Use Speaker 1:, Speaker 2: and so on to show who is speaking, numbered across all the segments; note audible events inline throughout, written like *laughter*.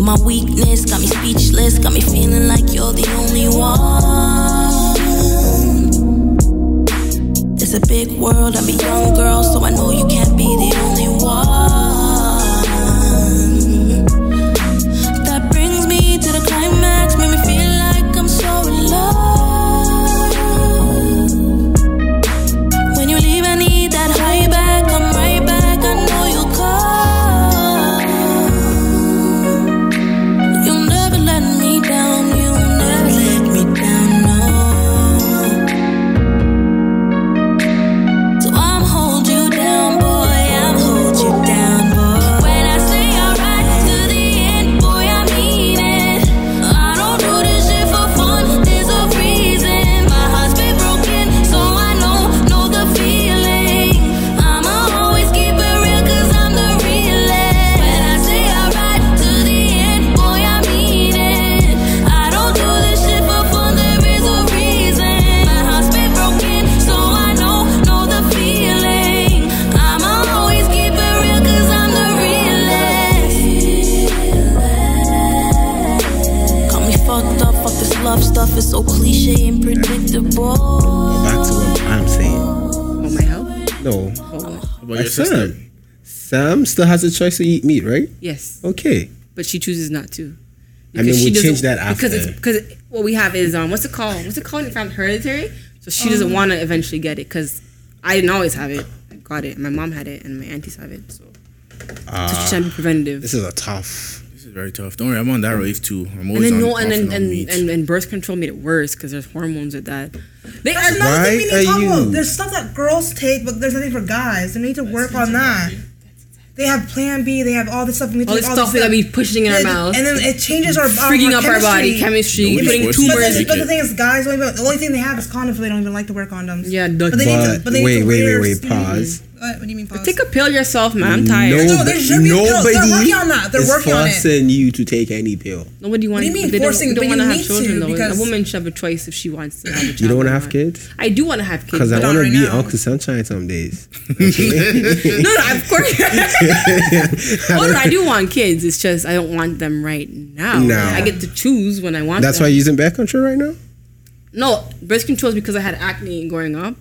Speaker 1: my weakness. Got me speechless, got me feeling like you're the only one. It's a big world, I'm a young girl, so I know you can't be the only one. That brings me to the climax, made me feel like I'm so in love. When you leave, I need that high back, I'm right back, I know you'll come. You'll never let me down, you'll never let me down, no. So I'm hold you down, boy. I'm hold you down, boy. When I say alright to the end, boy, I mean it. I don't do this shit for fun. There's a reason. My heart's been broken, so I know, know the feeling. I'ma always keep it real 'cause I'm the realest. When I say alright to the end, boy, I mean it. I don't do this shit for fun. There is a reason. My heart's been broken, so I know, know the feeling. I'ma always keep it real 'cause I'm the realest. Got me fucked up, fuck this love stuff. It's so cliche and predictable.
Speaker 2: Back to what I'm saying.
Speaker 3: Want my help?
Speaker 2: No,
Speaker 3: Oh,
Speaker 4: About
Speaker 2: Uh,
Speaker 4: your sister.
Speaker 2: Sam. Sam still has a choice to eat meat, right?
Speaker 3: yes,
Speaker 2: Okay.
Speaker 3: but she chooses not to.
Speaker 2: I mean,
Speaker 3: Because she
Speaker 2: we'll
Speaker 3: doesn't-
Speaker 2: change that
Speaker 3: because it's
Speaker 2: after.
Speaker 3: because what we have is um what's it called? What's it called in family hereditary? So she doesn't want to eventually get it because I didn't always have it. I got it. My mom had it, and my aunties have it. So, so she's trying to be preventative.
Speaker 2: Ah, This is a tough.
Speaker 4: This is very tough. Don't worry, I'm on that race too. I'm
Speaker 3: And
Speaker 4: always
Speaker 3: then
Speaker 4: on,
Speaker 3: no, and
Speaker 4: off
Speaker 3: then
Speaker 4: on
Speaker 3: and,
Speaker 4: meat.
Speaker 3: and, and birth control made it worse because there's hormones with that. They are
Speaker 5: There's
Speaker 3: not.
Speaker 2: Why
Speaker 5: nothing we need
Speaker 2: are
Speaker 5: to talk
Speaker 2: you-
Speaker 5: about. There's stuff that girls take, but there's nothing for guys. They need to work on that. They have Plan B. They have all this stuff. We need to
Speaker 3: All
Speaker 5: take
Speaker 3: this stuff that we pushing in our
Speaker 5: And-
Speaker 3: mouth,
Speaker 5: And then it changes our, our
Speaker 3: freaking up our body,
Speaker 4: No,
Speaker 3: chemistry,
Speaker 4: we
Speaker 3: putting
Speaker 4: force you to
Speaker 5: But,
Speaker 3: tumors.
Speaker 5: the-
Speaker 4: Whereas-
Speaker 5: but the thing is, guys, don't even, the only thing they have is condoms. They don't even like to wear condoms.
Speaker 3: Yeah,
Speaker 5: but they need to.
Speaker 2: But
Speaker 5: But they need
Speaker 2: wait,
Speaker 5: to
Speaker 2: wait,
Speaker 5: wear-
Speaker 2: wait, wait. Pause.
Speaker 5: What, what do you mean pause?
Speaker 3: Take a pill yourself, man. I'm tired.
Speaker 5: No, there should be pills. They're working on that. They're
Speaker 2: is
Speaker 5: working on it.
Speaker 2: forcing you to take any pill.
Speaker 3: Nobody wants.
Speaker 5: you mean
Speaker 3: they
Speaker 5: forcing?
Speaker 3: Don't,
Speaker 5: But
Speaker 3: they
Speaker 5: you
Speaker 3: don't want to
Speaker 5: need
Speaker 3: have children
Speaker 5: to,
Speaker 3: though.
Speaker 5: because-
Speaker 3: a woman should have a choice if she wants to have a child.
Speaker 2: You don't want
Speaker 3: or
Speaker 2: to have
Speaker 3: not.
Speaker 2: kids?
Speaker 3: I do want to have kids.
Speaker 2: Because I
Speaker 3: but-
Speaker 5: not
Speaker 2: want to
Speaker 5: right
Speaker 2: be
Speaker 5: now.
Speaker 2: Uncle Sunshine some
Speaker 5: *laughs*
Speaker 2: days.
Speaker 3: no, no, of course.
Speaker 2: *laughs*
Speaker 3: oh no, I do want kids. It's just I don't want them right now.
Speaker 2: Now.
Speaker 3: I get to choose when I want.
Speaker 2: That's
Speaker 3: them.
Speaker 2: why you're using birth control right now?
Speaker 3: No, birth control is because I had acne growing up.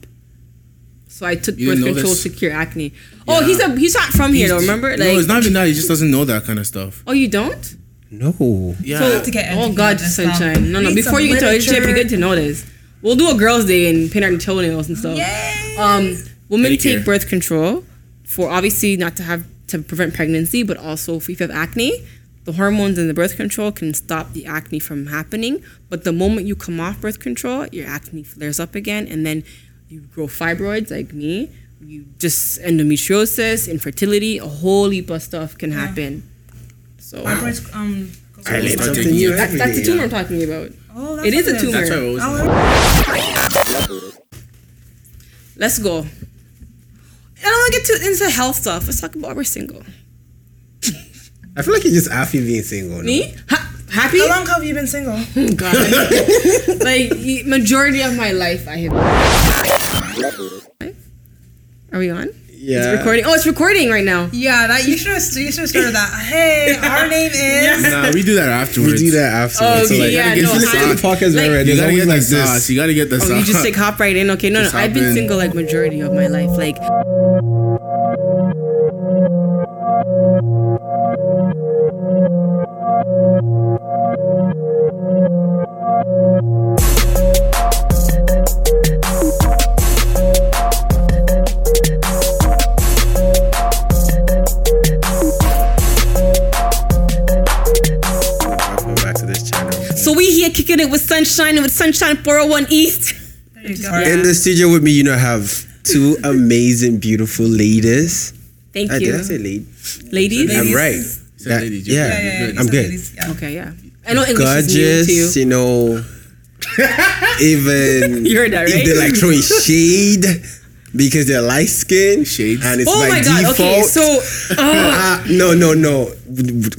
Speaker 3: So I took
Speaker 4: You
Speaker 3: birth
Speaker 4: didn't know
Speaker 3: control
Speaker 4: this?
Speaker 3: to cure acne. Oh,
Speaker 4: Yeah.
Speaker 3: he's a he's not from here though, remember? Like
Speaker 4: no, it's not even that. He just doesn't know that kind of stuff.
Speaker 3: Oh, you don't?
Speaker 2: No.
Speaker 4: Yeah.
Speaker 3: So-
Speaker 5: have to get
Speaker 3: oh
Speaker 5: educated
Speaker 3: God,
Speaker 5: on this stuff.
Speaker 3: sunshine. No, no.
Speaker 5: Read
Speaker 3: Before
Speaker 5: some
Speaker 3: you get to relationship, you
Speaker 5: literature.
Speaker 3: good to know this. We'll do a girls' day and paint our toenails and stuff.
Speaker 5: Yay!
Speaker 3: Um, women
Speaker 4: Pedicure.
Speaker 3: take birth control for obviously not to have to prevent pregnancy, but also if you have acne, the hormones in the birth control can stop the acne from happening. But the moment you come off birth control, your acne flares up again, and then you grow fibroids like me. You just endometriosis, infertility, a whole heap of stuff can happen. So
Speaker 5: Fibroids, um,
Speaker 2: I
Speaker 4: we'll
Speaker 2: learn
Speaker 4: start
Speaker 2: something
Speaker 4: taking
Speaker 2: new
Speaker 4: it.
Speaker 3: that,
Speaker 2: every
Speaker 3: that's the
Speaker 2: day.
Speaker 3: tumor I'm talking about.
Speaker 5: oh, that's
Speaker 3: It is
Speaker 5: what
Speaker 3: a tumor.
Speaker 4: That's why I always.
Speaker 5: Oh,
Speaker 3: Let's go. I don't want to get too into health stuff. Let's talk about we're single.
Speaker 2: I feel like you're just happy being single. no?
Speaker 3: Me? Ha- happy?
Speaker 5: How long have you been single?
Speaker 2: *laughs*
Speaker 3: God. like y- majority of my life, I have. Are we on?
Speaker 2: Yeah.
Speaker 3: It's recording. Oh, it's recording right now.
Speaker 5: Yeah, that you should have you should have started that. Hey,
Speaker 3: *laughs*
Speaker 5: our name is.
Speaker 4: *laughs* Nah, we do that afterwards.
Speaker 2: We do that after.
Speaker 3: Oh,
Speaker 2: so like,
Speaker 3: yeah,
Speaker 2: if
Speaker 3: no,
Speaker 2: you listen to the
Speaker 4: hi.
Speaker 2: podcast
Speaker 3: Like-
Speaker 2: already,
Speaker 4: You
Speaker 2: there's
Speaker 4: gotta
Speaker 2: always like
Speaker 4: get
Speaker 2: oh
Speaker 4: like
Speaker 2: this.
Speaker 4: sauce. You gotta get the sauce.
Speaker 3: Oh, you just
Speaker 4: *laughs*
Speaker 3: like hop right in. Okay, no, no,
Speaker 4: Just
Speaker 3: I've
Speaker 4: hop
Speaker 3: been
Speaker 4: in.
Speaker 3: single like majority of my life. Like,
Speaker 2: Welcome back to this channel.
Speaker 3: so we here kicking it with sunshine and with sunshine 401 East.
Speaker 5: There you go.
Speaker 2: In
Speaker 3: Um,
Speaker 2: the studio with me, you know, I have
Speaker 3: *laughs*
Speaker 2: two amazing, beautiful ladies.
Speaker 3: Thank
Speaker 2: Ah,
Speaker 3: you,
Speaker 2: did I say lady?
Speaker 3: ladies.
Speaker 2: I'm
Speaker 5: Ladies.
Speaker 2: right.
Speaker 4: said
Speaker 2: That-
Speaker 4: ladies, you're
Speaker 2: yeah,
Speaker 4: good, you're
Speaker 2: I'm
Speaker 5: So
Speaker 2: good.
Speaker 5: ladies, yeah.
Speaker 3: Okay, yeah. I know English is new
Speaker 2: Gorgeous,
Speaker 3: to you.
Speaker 2: you
Speaker 3: *laughs*
Speaker 2: know. even
Speaker 3: You heard that,
Speaker 2: if
Speaker 3: right?
Speaker 2: they're like throwing shade because they're light skinned
Speaker 4: Shades.
Speaker 2: and it's
Speaker 3: Oh
Speaker 2: by
Speaker 3: my God.
Speaker 2: default.
Speaker 3: Okay, so oh,
Speaker 2: Ah, no, no, no.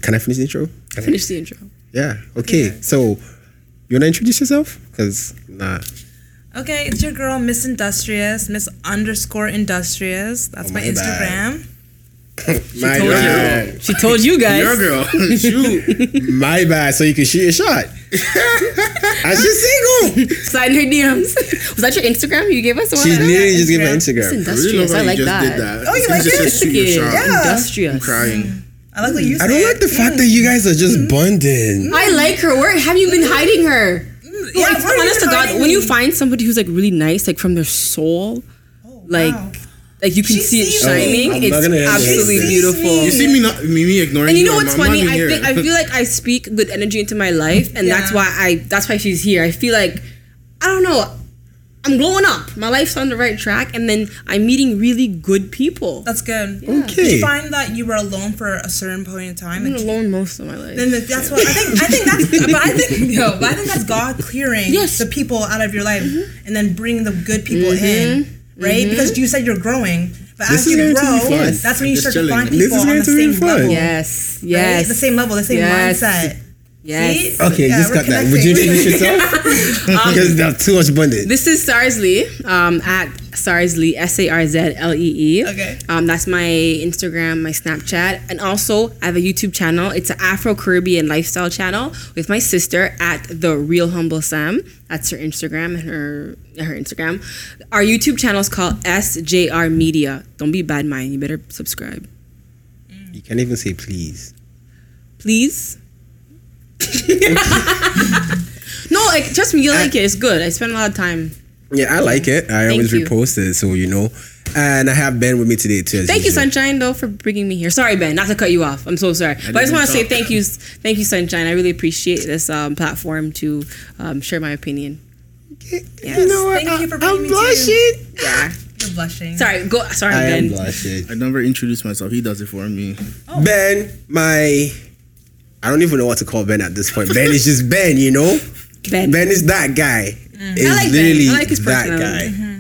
Speaker 2: Can I finish the intro? Can I-
Speaker 3: *laughs* finish the intro.
Speaker 2: Yeah. Okay. So, you wanna introduce yourself? Cause nah.
Speaker 5: Okay, it's your girl Miss Industrious, Miss underscore Industrious. That's
Speaker 2: Oh,
Speaker 5: my,
Speaker 2: my bad.
Speaker 5: Instagram.
Speaker 2: My
Speaker 3: told
Speaker 2: bad.
Speaker 3: She told you guys.
Speaker 4: Your girl. Shoot.
Speaker 2: My bad. So you can shoot a *laughs* shot. I just single.
Speaker 3: Slide in her DMs. *laughs* Was that your Instagram you gave us? Or
Speaker 2: She
Speaker 3: what?
Speaker 2: literally just gave her
Speaker 3: It's
Speaker 2: Instagram.
Speaker 3: industrious. I like that.
Speaker 5: Oh, you like
Speaker 4: just
Speaker 5: it?
Speaker 4: said shoot your shot.
Speaker 5: Yeah.
Speaker 4: I'm
Speaker 3: Industrious.
Speaker 4: crying.
Speaker 5: I like what you
Speaker 2: I
Speaker 5: said.
Speaker 2: don't like the fact that you guys are just bonding.
Speaker 3: I like her. Where have you been hiding her?
Speaker 5: Yeah,
Speaker 3: like,
Speaker 5: where are you
Speaker 3: honest to God,
Speaker 5: hiding
Speaker 3: when you
Speaker 5: me?
Speaker 3: find somebody who's like really nice, like from their soul,
Speaker 5: Oh,
Speaker 3: like
Speaker 5: wow.
Speaker 3: like you can
Speaker 5: She
Speaker 3: see it
Speaker 5: sees
Speaker 3: shining.
Speaker 2: me. I'm not
Speaker 3: it's
Speaker 2: gonna answer
Speaker 3: absolutely
Speaker 2: this. She
Speaker 5: sees
Speaker 3: beautiful.
Speaker 5: me.
Speaker 4: You see me not me, me ignoring
Speaker 3: and you know
Speaker 4: you,
Speaker 3: what's
Speaker 4: I'm- I'm not
Speaker 3: funny?
Speaker 4: even
Speaker 3: I
Speaker 4: here.
Speaker 3: think I feel like I speak good energy into my life, and that's
Speaker 5: Yeah.
Speaker 3: why I that's why she's here. I feel like I don't know. I'm growing up. My life's on the right track, and then I'm meeting really good people.
Speaker 5: That's good. Did
Speaker 2: Okay.
Speaker 5: you find that you were alone for a certain point in time?
Speaker 3: I've
Speaker 5: And
Speaker 3: been alone most of my life.
Speaker 5: then the, that's what I think. I think that's, but I think *laughs* no, but I think that's God clearing
Speaker 3: Yes. Mm-hmm.
Speaker 5: the people out of your life and then bring the good people in, right? Because you said you're growing, but
Speaker 2: This
Speaker 5: as
Speaker 2: is
Speaker 5: you
Speaker 2: going to
Speaker 5: grow,
Speaker 2: be fun.
Speaker 5: that's when you
Speaker 4: Just
Speaker 5: start to
Speaker 4: chilling.
Speaker 5: find
Speaker 4: This
Speaker 2: is
Speaker 5: people on
Speaker 2: going
Speaker 5: the
Speaker 2: to be
Speaker 5: same
Speaker 2: fun.
Speaker 5: level.
Speaker 3: yes,
Speaker 5: right?
Speaker 3: yes,
Speaker 5: the same level, the same
Speaker 3: Yes.
Speaker 5: mindset.
Speaker 3: yes.
Speaker 5: See?
Speaker 2: Okay,
Speaker 5: Yeah,
Speaker 2: just
Speaker 5: we're
Speaker 2: cut that. Would you
Speaker 5: connecting.
Speaker 2: introduce *laughs* yourself? Because that's too much bonding.
Speaker 3: This is Sarsley um, at Sarsley S A R Z L E E.
Speaker 5: Okay.
Speaker 3: Um, that's my Instagram, my Snapchat, and also I have a YouTube channel. It's an Afro Caribbean lifestyle channel with my sister at the Real Humble Sam. That's her Instagram and her her Instagram. Our YouTube channel is called SJR Media. Don't be bad mind. You better subscribe,
Speaker 2: You can't even say please.
Speaker 3: please. *laughs* no, like trust me, you like it. It's good. I spend a lot of time.
Speaker 2: Yeah, I like it. I always
Speaker 3: you.
Speaker 2: repost it, so you know. And I have Ben with me today too. as
Speaker 3: Thank you,
Speaker 2: usual.
Speaker 3: Sunshine, though, for bringing me here. Sorry, Ben, not to cut you off. I'm so sorry, but I just
Speaker 4: didn't
Speaker 3: want to say
Speaker 4: talk.
Speaker 3: thank you, thank you, Sunshine. I really appreciate this um, platform to um, share my opinion.
Speaker 2: You know what?
Speaker 5: Thank you for bringing
Speaker 2: I'm
Speaker 5: me to-
Speaker 2: blushing.
Speaker 3: Yeah.
Speaker 5: You're
Speaker 3: *laughs*
Speaker 5: blushing.
Speaker 3: Sorry. Go. Sorry,
Speaker 2: I am
Speaker 3: Ben.
Speaker 2: blushing.
Speaker 4: *laughs* I never introduced myself. He does it for me.
Speaker 2: Oh. Ben, my. I don't even know what to call Ben at this point. Ben is just Ben, you know?
Speaker 3: Ben.
Speaker 2: Ben is that guy. It's
Speaker 3: Mm. I like Ben.
Speaker 2: literally
Speaker 3: I like his
Speaker 2: that guy.
Speaker 3: personality. Mm-hmm.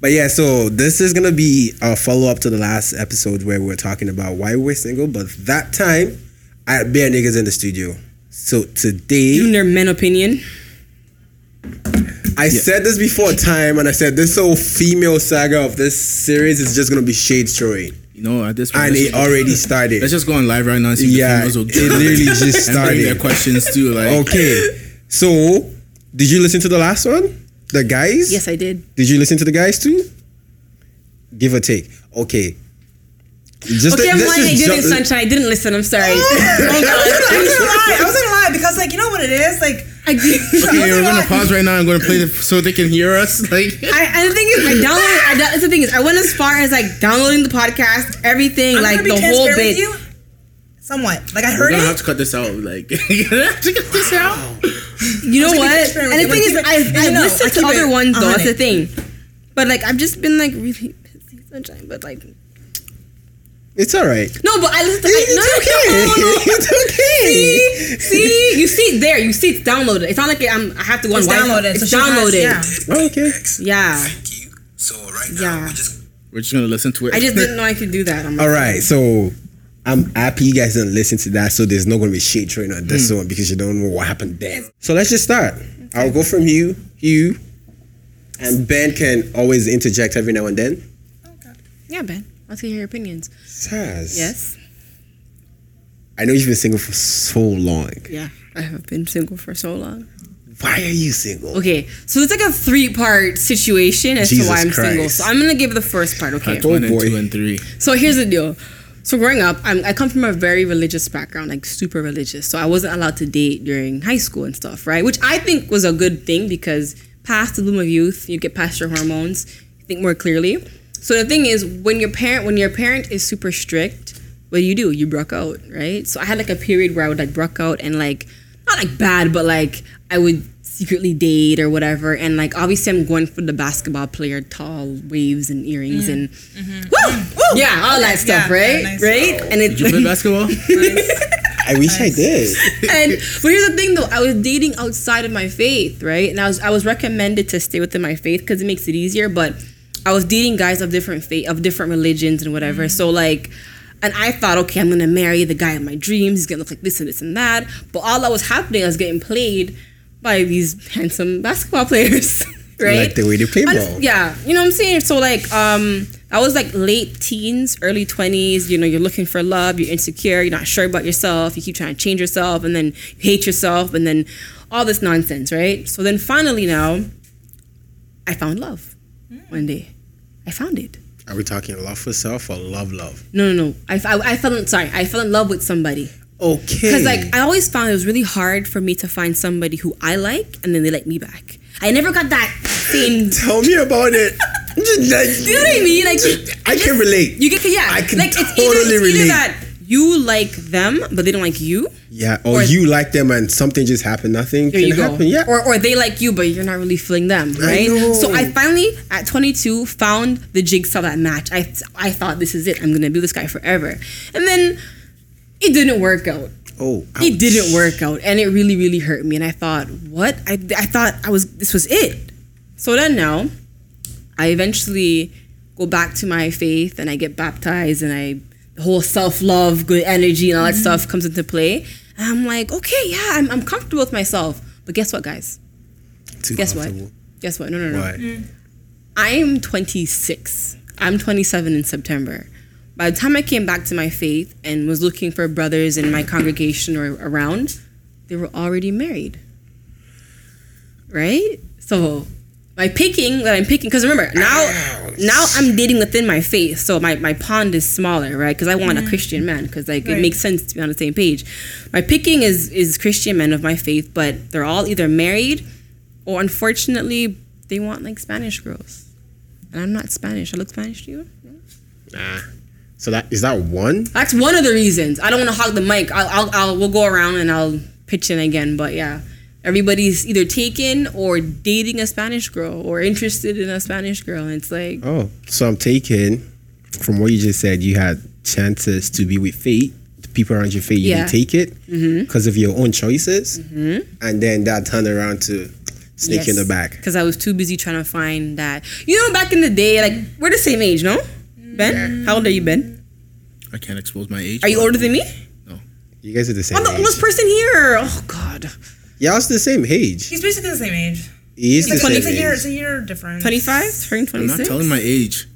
Speaker 2: But yeah, so this is gonna be a follow up to the last episode where we were talking about why we're single. But that time, I had bare niggas in the studio. So
Speaker 3: Giving
Speaker 2: today,
Speaker 3: their men opinion.
Speaker 2: I said this before time, and I said this whole female saga of this series is just gonna be shade throwing,
Speaker 4: You know, at this point,
Speaker 2: and
Speaker 4: let's
Speaker 2: it
Speaker 4: just-
Speaker 2: already started.
Speaker 4: *laughs* Let's just go on live right now and see if
Speaker 2: Yeah,
Speaker 4: the females will *laughs*
Speaker 2: it literally just
Speaker 4: And bring their
Speaker 2: started.
Speaker 4: questions too. Like,
Speaker 2: Okay. So, did you listen to the last one? The guys?
Speaker 3: Yes, I did.
Speaker 2: Did you listen to the guys too? Give or take. Okay. Just
Speaker 3: Okay, I'm
Speaker 2: let's
Speaker 3: lying. I
Speaker 2: just
Speaker 3: didn't,
Speaker 2: jump-
Speaker 3: Sunshine. I didn't listen. I'm
Speaker 5: *laughs*
Speaker 3: sorry. Oh
Speaker 5: I
Speaker 3: *laughs*
Speaker 5: was gonna lie. I was gonna lie because, like, you know what it is? Like,
Speaker 3: I did.
Speaker 4: Okay, we're gonna pause right now. I'm gonna play the, so they can hear us. Like,
Speaker 3: *laughs* I, and the thing is, I downloaded. I, that's the thing is, I went as far as like downloading the podcast, everything,
Speaker 5: I'm
Speaker 3: like
Speaker 5: gonna
Speaker 3: the
Speaker 5: be
Speaker 3: whole
Speaker 5: transparent with
Speaker 3: bit.
Speaker 5: you. Somewhat. Like, I
Speaker 4: we're
Speaker 5: heard
Speaker 4: gonna
Speaker 5: it.
Speaker 4: have to cut this out. Like, *laughs* you're gonna have to cut this out.
Speaker 3: You know
Speaker 5: It's like
Speaker 3: what?
Speaker 5: an
Speaker 3: And the
Speaker 5: experiment.
Speaker 3: thing
Speaker 5: Like,
Speaker 3: is,
Speaker 5: keep it-
Speaker 3: I've,
Speaker 5: I
Speaker 3: I've
Speaker 5: know,
Speaker 3: listened
Speaker 5: like,
Speaker 3: to
Speaker 5: keep it
Speaker 3: other ones though. That's the
Speaker 5: 100.
Speaker 3: thing. But like, I've just been like really pissy sunshine. But like, no,
Speaker 2: It's all right.
Speaker 3: but I listened to. I, no,
Speaker 2: *laughs*
Speaker 3: no,
Speaker 2: It's okay.
Speaker 3: no, no,
Speaker 2: It's
Speaker 3: no.
Speaker 5: *laughs*
Speaker 2: okay.
Speaker 3: See, you see it there. You see it's downloaded. It's not like I'm. I have to go on
Speaker 5: It's
Speaker 3: Wi-Fi.
Speaker 5: downloaded.
Speaker 3: It's
Speaker 5: so she
Speaker 3: downloaded.
Speaker 5: has- yeah.
Speaker 2: Okay.
Speaker 3: yeah.
Speaker 6: Thank you. So right now,
Speaker 3: Yeah.
Speaker 6: we're just
Speaker 4: We're just gonna listen to it.
Speaker 3: I just didn't know I could do that. I'm like,
Speaker 2: All right. So I'm happy you guys didn't listen to that. So there's not going to be shade train on this
Speaker 3: Hmm.
Speaker 2: one because you don't know what happened then. So let's just start. I'll go from you, you, and Ben can always interject every now and then.
Speaker 3: yeah, Ben. Let's hear your opinions.
Speaker 2: Saz.
Speaker 3: Yes.
Speaker 2: I know you've been single for so long.
Speaker 3: Yeah. I have been single for so long.
Speaker 2: Why are you single?
Speaker 3: Okay, so it's like a three-part situation as
Speaker 2: Jesus
Speaker 3: to why I'm single.
Speaker 2: Christ.
Speaker 3: So I'm gonna give the first part. Okay.
Speaker 4: Part *laughs* one and
Speaker 2: boy.
Speaker 4: two and three.
Speaker 3: So here's the deal. So growing up, I'm, I come from a very religious background, like super religious. So I wasn't allowed to date during high school and stuff, right? Which I think was a good thing because past the bloom of youth, you get past your hormones, you think more clearly. So the thing is, when your parent when your parent is super strict, what do you do? You broke out, right? So I had like a period where I would like broke out and like not like bad, but like I would secretly date or whatever. And like obviously I'm going for the basketball player, tall waves and earrings and woo, woo, yeah, all that stuff,
Speaker 5: yeah,
Speaker 3: right?
Speaker 5: nice.
Speaker 3: Right? And it's
Speaker 4: You
Speaker 3: *laughs*
Speaker 4: play basketball?
Speaker 2: I wish I did.
Speaker 3: and but here's the thing though, I was dating outside of my faith, right? And I was I was recommended to stay within my faith because it makes it easier. But I was dating guys of different faith, of different religions and whatever.
Speaker 2: Mm.
Speaker 3: So like, and I thought, okay, I'm gonna marry the guy of my dreams. He's gonna look like this and this and that. But all that was happening, I was getting played by these handsome basketball *laughs* players. right?
Speaker 2: Like the way they play
Speaker 3: And-
Speaker 2: ball.
Speaker 3: Yeah, you know what I'm saying. So like, um, I was like late teens, early twenties. You know, you're looking for love. You're insecure. You're not sure about yourself. You keep trying to change yourself, and then you hate yourself, and then all this nonsense, right? So then finally, now, I found love. One day, I found it.
Speaker 2: Are we talking love for self or love love?
Speaker 3: No, no, no. I, I, I fell in, sorry. I fell in love with somebody.
Speaker 2: Okay.
Speaker 3: Because like I always found it was really hard for me to find somebody who I like and then they like me back. I never got that same. Do
Speaker 2: tell me about it.
Speaker 3: *laughs* you know what I
Speaker 2: *laughs*
Speaker 3: mean? Like you-
Speaker 2: I can relate.
Speaker 3: you get yeah.
Speaker 2: I can
Speaker 3: like it's
Speaker 2: totally
Speaker 3: either, it's either
Speaker 2: relate.
Speaker 3: that you like them but they don't like you.
Speaker 2: yeah, or,
Speaker 3: or-
Speaker 2: you like them and something just happened. Nothing
Speaker 3: There
Speaker 2: can
Speaker 3: you go.
Speaker 2: happen. Yeah.
Speaker 3: Or or they like you but you're not really feeling them, right?
Speaker 2: know.
Speaker 3: So I finally at 22 found the jigsaw that match. I I thought this is it. I'm gonna be this guy forever, and then it didn't work out.
Speaker 2: oh,
Speaker 3: it
Speaker 2: ouch.
Speaker 3: didn't work out and it really really hurt me and i thought what i, I thought i was this was it so then now i eventually go back to my faith and i get baptized and i the whole self-love good energy and all that stuff comes into play and i'm like okay yeah i'm, I'm comfortable with myself but guess what guys
Speaker 2: Too
Speaker 3: guess what Mm-hmm.
Speaker 2: comfortable.
Speaker 3: guess what no no no
Speaker 2: Why?
Speaker 3: I'm 26. I'm 27 in September. By the time I came back to my faith and was looking for brothers in my congregation or around, they were already married. Right? So my picking that I'm picking, because remember now, now I'm dating within my faith, so my, my pond is smaller, right? Because I want a Christian man, because like it
Speaker 5: Right.
Speaker 3: makes sense to be on the same page. My picking is is Christian men of my faith, but they're all either married or unfortunately they want like Spanish girls, and I'm not Spanish. I look Spanish to you.
Speaker 2: Nah. So that is that one?
Speaker 3: That's one of the reasons. I don't want to hog the mic. I'll, I'll, I'll we'll go around and I'll pitch in again. But yeah, everybody's either taken or dating a Spanish girl or interested in a Spanish girl, and it's like
Speaker 2: Oh, so I'm taking from what you just said. You had chances to be with fate, the people around your fate. You
Speaker 3: Yeah. Mm-hmm.
Speaker 2: didn't take it because of your own choices, and then that turned around to sneak in the back.
Speaker 3: because I was too busy trying to find that. You know, back in the day, like we're the same age, no? Ben, how old are you, Ben?
Speaker 4: *laughs* I can't expose my age.
Speaker 3: Are you older than me?
Speaker 2: You guys are the same.
Speaker 3: I'm the
Speaker 2: age.
Speaker 3: oldest person here. Oh God,
Speaker 2: Y'all's the same age.
Speaker 5: He's basically the same age.
Speaker 2: He is
Speaker 5: It's, like,
Speaker 2: the same
Speaker 5: it's a year.
Speaker 2: age.
Speaker 5: It's a year difference.
Speaker 3: 25, turning
Speaker 4: I'm not
Speaker 3: 26.
Speaker 4: telling my age.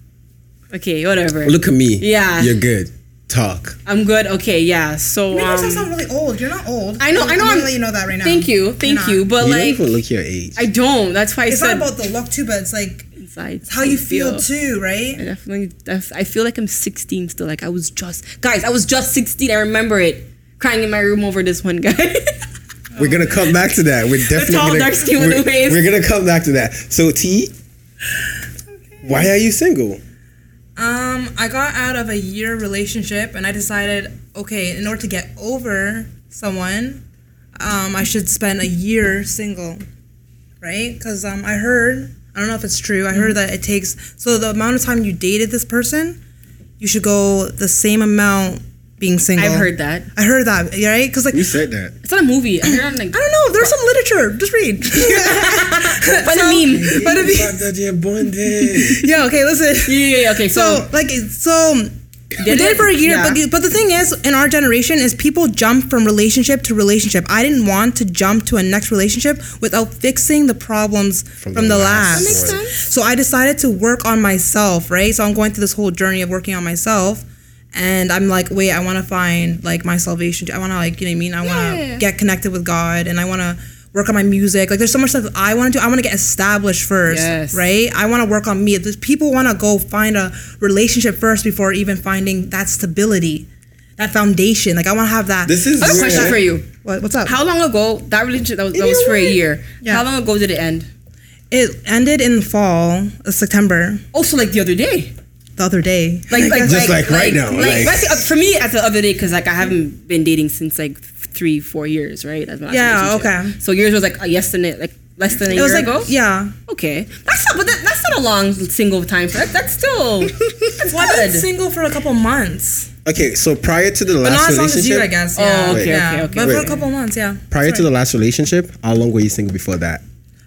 Speaker 3: Okay, whatever.
Speaker 2: Look at me.
Speaker 3: Yeah.
Speaker 2: You're good. Talk.
Speaker 3: I'm good. Okay, yeah. So
Speaker 5: Make yourself
Speaker 3: um,
Speaker 5: sound really old. You're not old.
Speaker 3: I know- I know I'm-
Speaker 5: I'm gonna let you know that right now.
Speaker 3: thank you, thank
Speaker 5: not.
Speaker 3: you. But
Speaker 2: you
Speaker 3: like,
Speaker 2: don't even look your age.
Speaker 3: I don't. That's why I
Speaker 5: It's
Speaker 3: said
Speaker 5: not about the look too, but it's like
Speaker 3: inside.
Speaker 5: how you feel too,
Speaker 3: I
Speaker 5: right?
Speaker 3: definitely. def- I feel like I'm 16 still. Like I was just guys. I was just 16. I remember it. Crying in my room over this one guy. *laughs*
Speaker 2: We're gonna come back to
Speaker 5: *laughs*
Speaker 2: that. We're definitely
Speaker 3: tall,
Speaker 2: gonna,
Speaker 3: dark skin with
Speaker 2: we're,
Speaker 3: the waves.
Speaker 2: we're gonna come back to that. So T, why are you single?
Speaker 5: Um, I got out of a year relationship and I decided, okay, in order to get over someone, um, I should spend a year single, right? Because um, I heard, I don't know if it's true, I heard that it takes, so the amount of time you dated this person, you should go the same amount being single.
Speaker 3: I've heard that.
Speaker 5: I heard that, right? Because like, I
Speaker 2: said that.
Speaker 3: It's not a movie. I heard on *laughs* like
Speaker 5: don't know, there's some literature, just
Speaker 3: *laughs*
Speaker 5: read. *laughs*
Speaker 3: but a *laughs* meme.
Speaker 5: but if you, *laughs* yeah, okay, listen.
Speaker 3: Yeah, yeah, yeah. Okay,
Speaker 5: So
Speaker 3: so,
Speaker 5: like, so We did it for a year,
Speaker 3: Yeah.
Speaker 5: but, but the thing is, in our generation, is people jump from relationship to relationship. I didn't want to jump to a next relationship without fixing the problems from,
Speaker 2: the
Speaker 5: the,
Speaker 2: last
Speaker 5: last.
Speaker 2: That makes
Speaker 5: one. So I decided to work on myself, right? So I'm going through this whole journey of working on myself, and I'm like, wait, I want to find like my salvation. I want to like, you know what I mean? I want to get connected with God, and I want to work on my music. Like, there's so much stuff that I want to do. I want to get established first,
Speaker 3: Yes.
Speaker 5: right? right? I want to work on me. There's people want to go find a relationship first before even finding that stability, that foundation. Like I want to have that.
Speaker 2: This is
Speaker 3: I have a question
Speaker 2: where-
Speaker 3: for you.
Speaker 5: what, what's up?
Speaker 3: How long ago that relationship that was, that was for a year?
Speaker 5: Yeah.
Speaker 3: How long ago did it end?
Speaker 5: it ended in the fall, uh, September,
Speaker 3: Also, like the other day.
Speaker 5: the other day.
Speaker 3: like, like,
Speaker 2: Just like right now, like-
Speaker 3: Like, that's the- for me, that's the other day because like I haven't been dating since like three, four years, right? That's my last
Speaker 5: Yeah,
Speaker 3: relationship.
Speaker 5: okay.
Speaker 3: So yours was like a yesterday, like less than a
Speaker 5: it
Speaker 3: year
Speaker 5: was like
Speaker 3: ago.
Speaker 5: yeah.
Speaker 3: Okay, that's not, but that, that's not a long single time. So that, that's still that's
Speaker 5: Well, I've been
Speaker 3: good.
Speaker 5: single for a couple months,
Speaker 2: Okay, so prior to the
Speaker 5: but
Speaker 2: last
Speaker 5: not as long as
Speaker 2: relationship,
Speaker 5: you, I guess.
Speaker 3: Oh,
Speaker 5: Yeah.
Speaker 3: okay,
Speaker 5: yeah.
Speaker 3: okay, okay.
Speaker 5: But for
Speaker 2: Wait.
Speaker 5: a couple months, yeah.
Speaker 2: prior to the last relationship, how long were you single before that?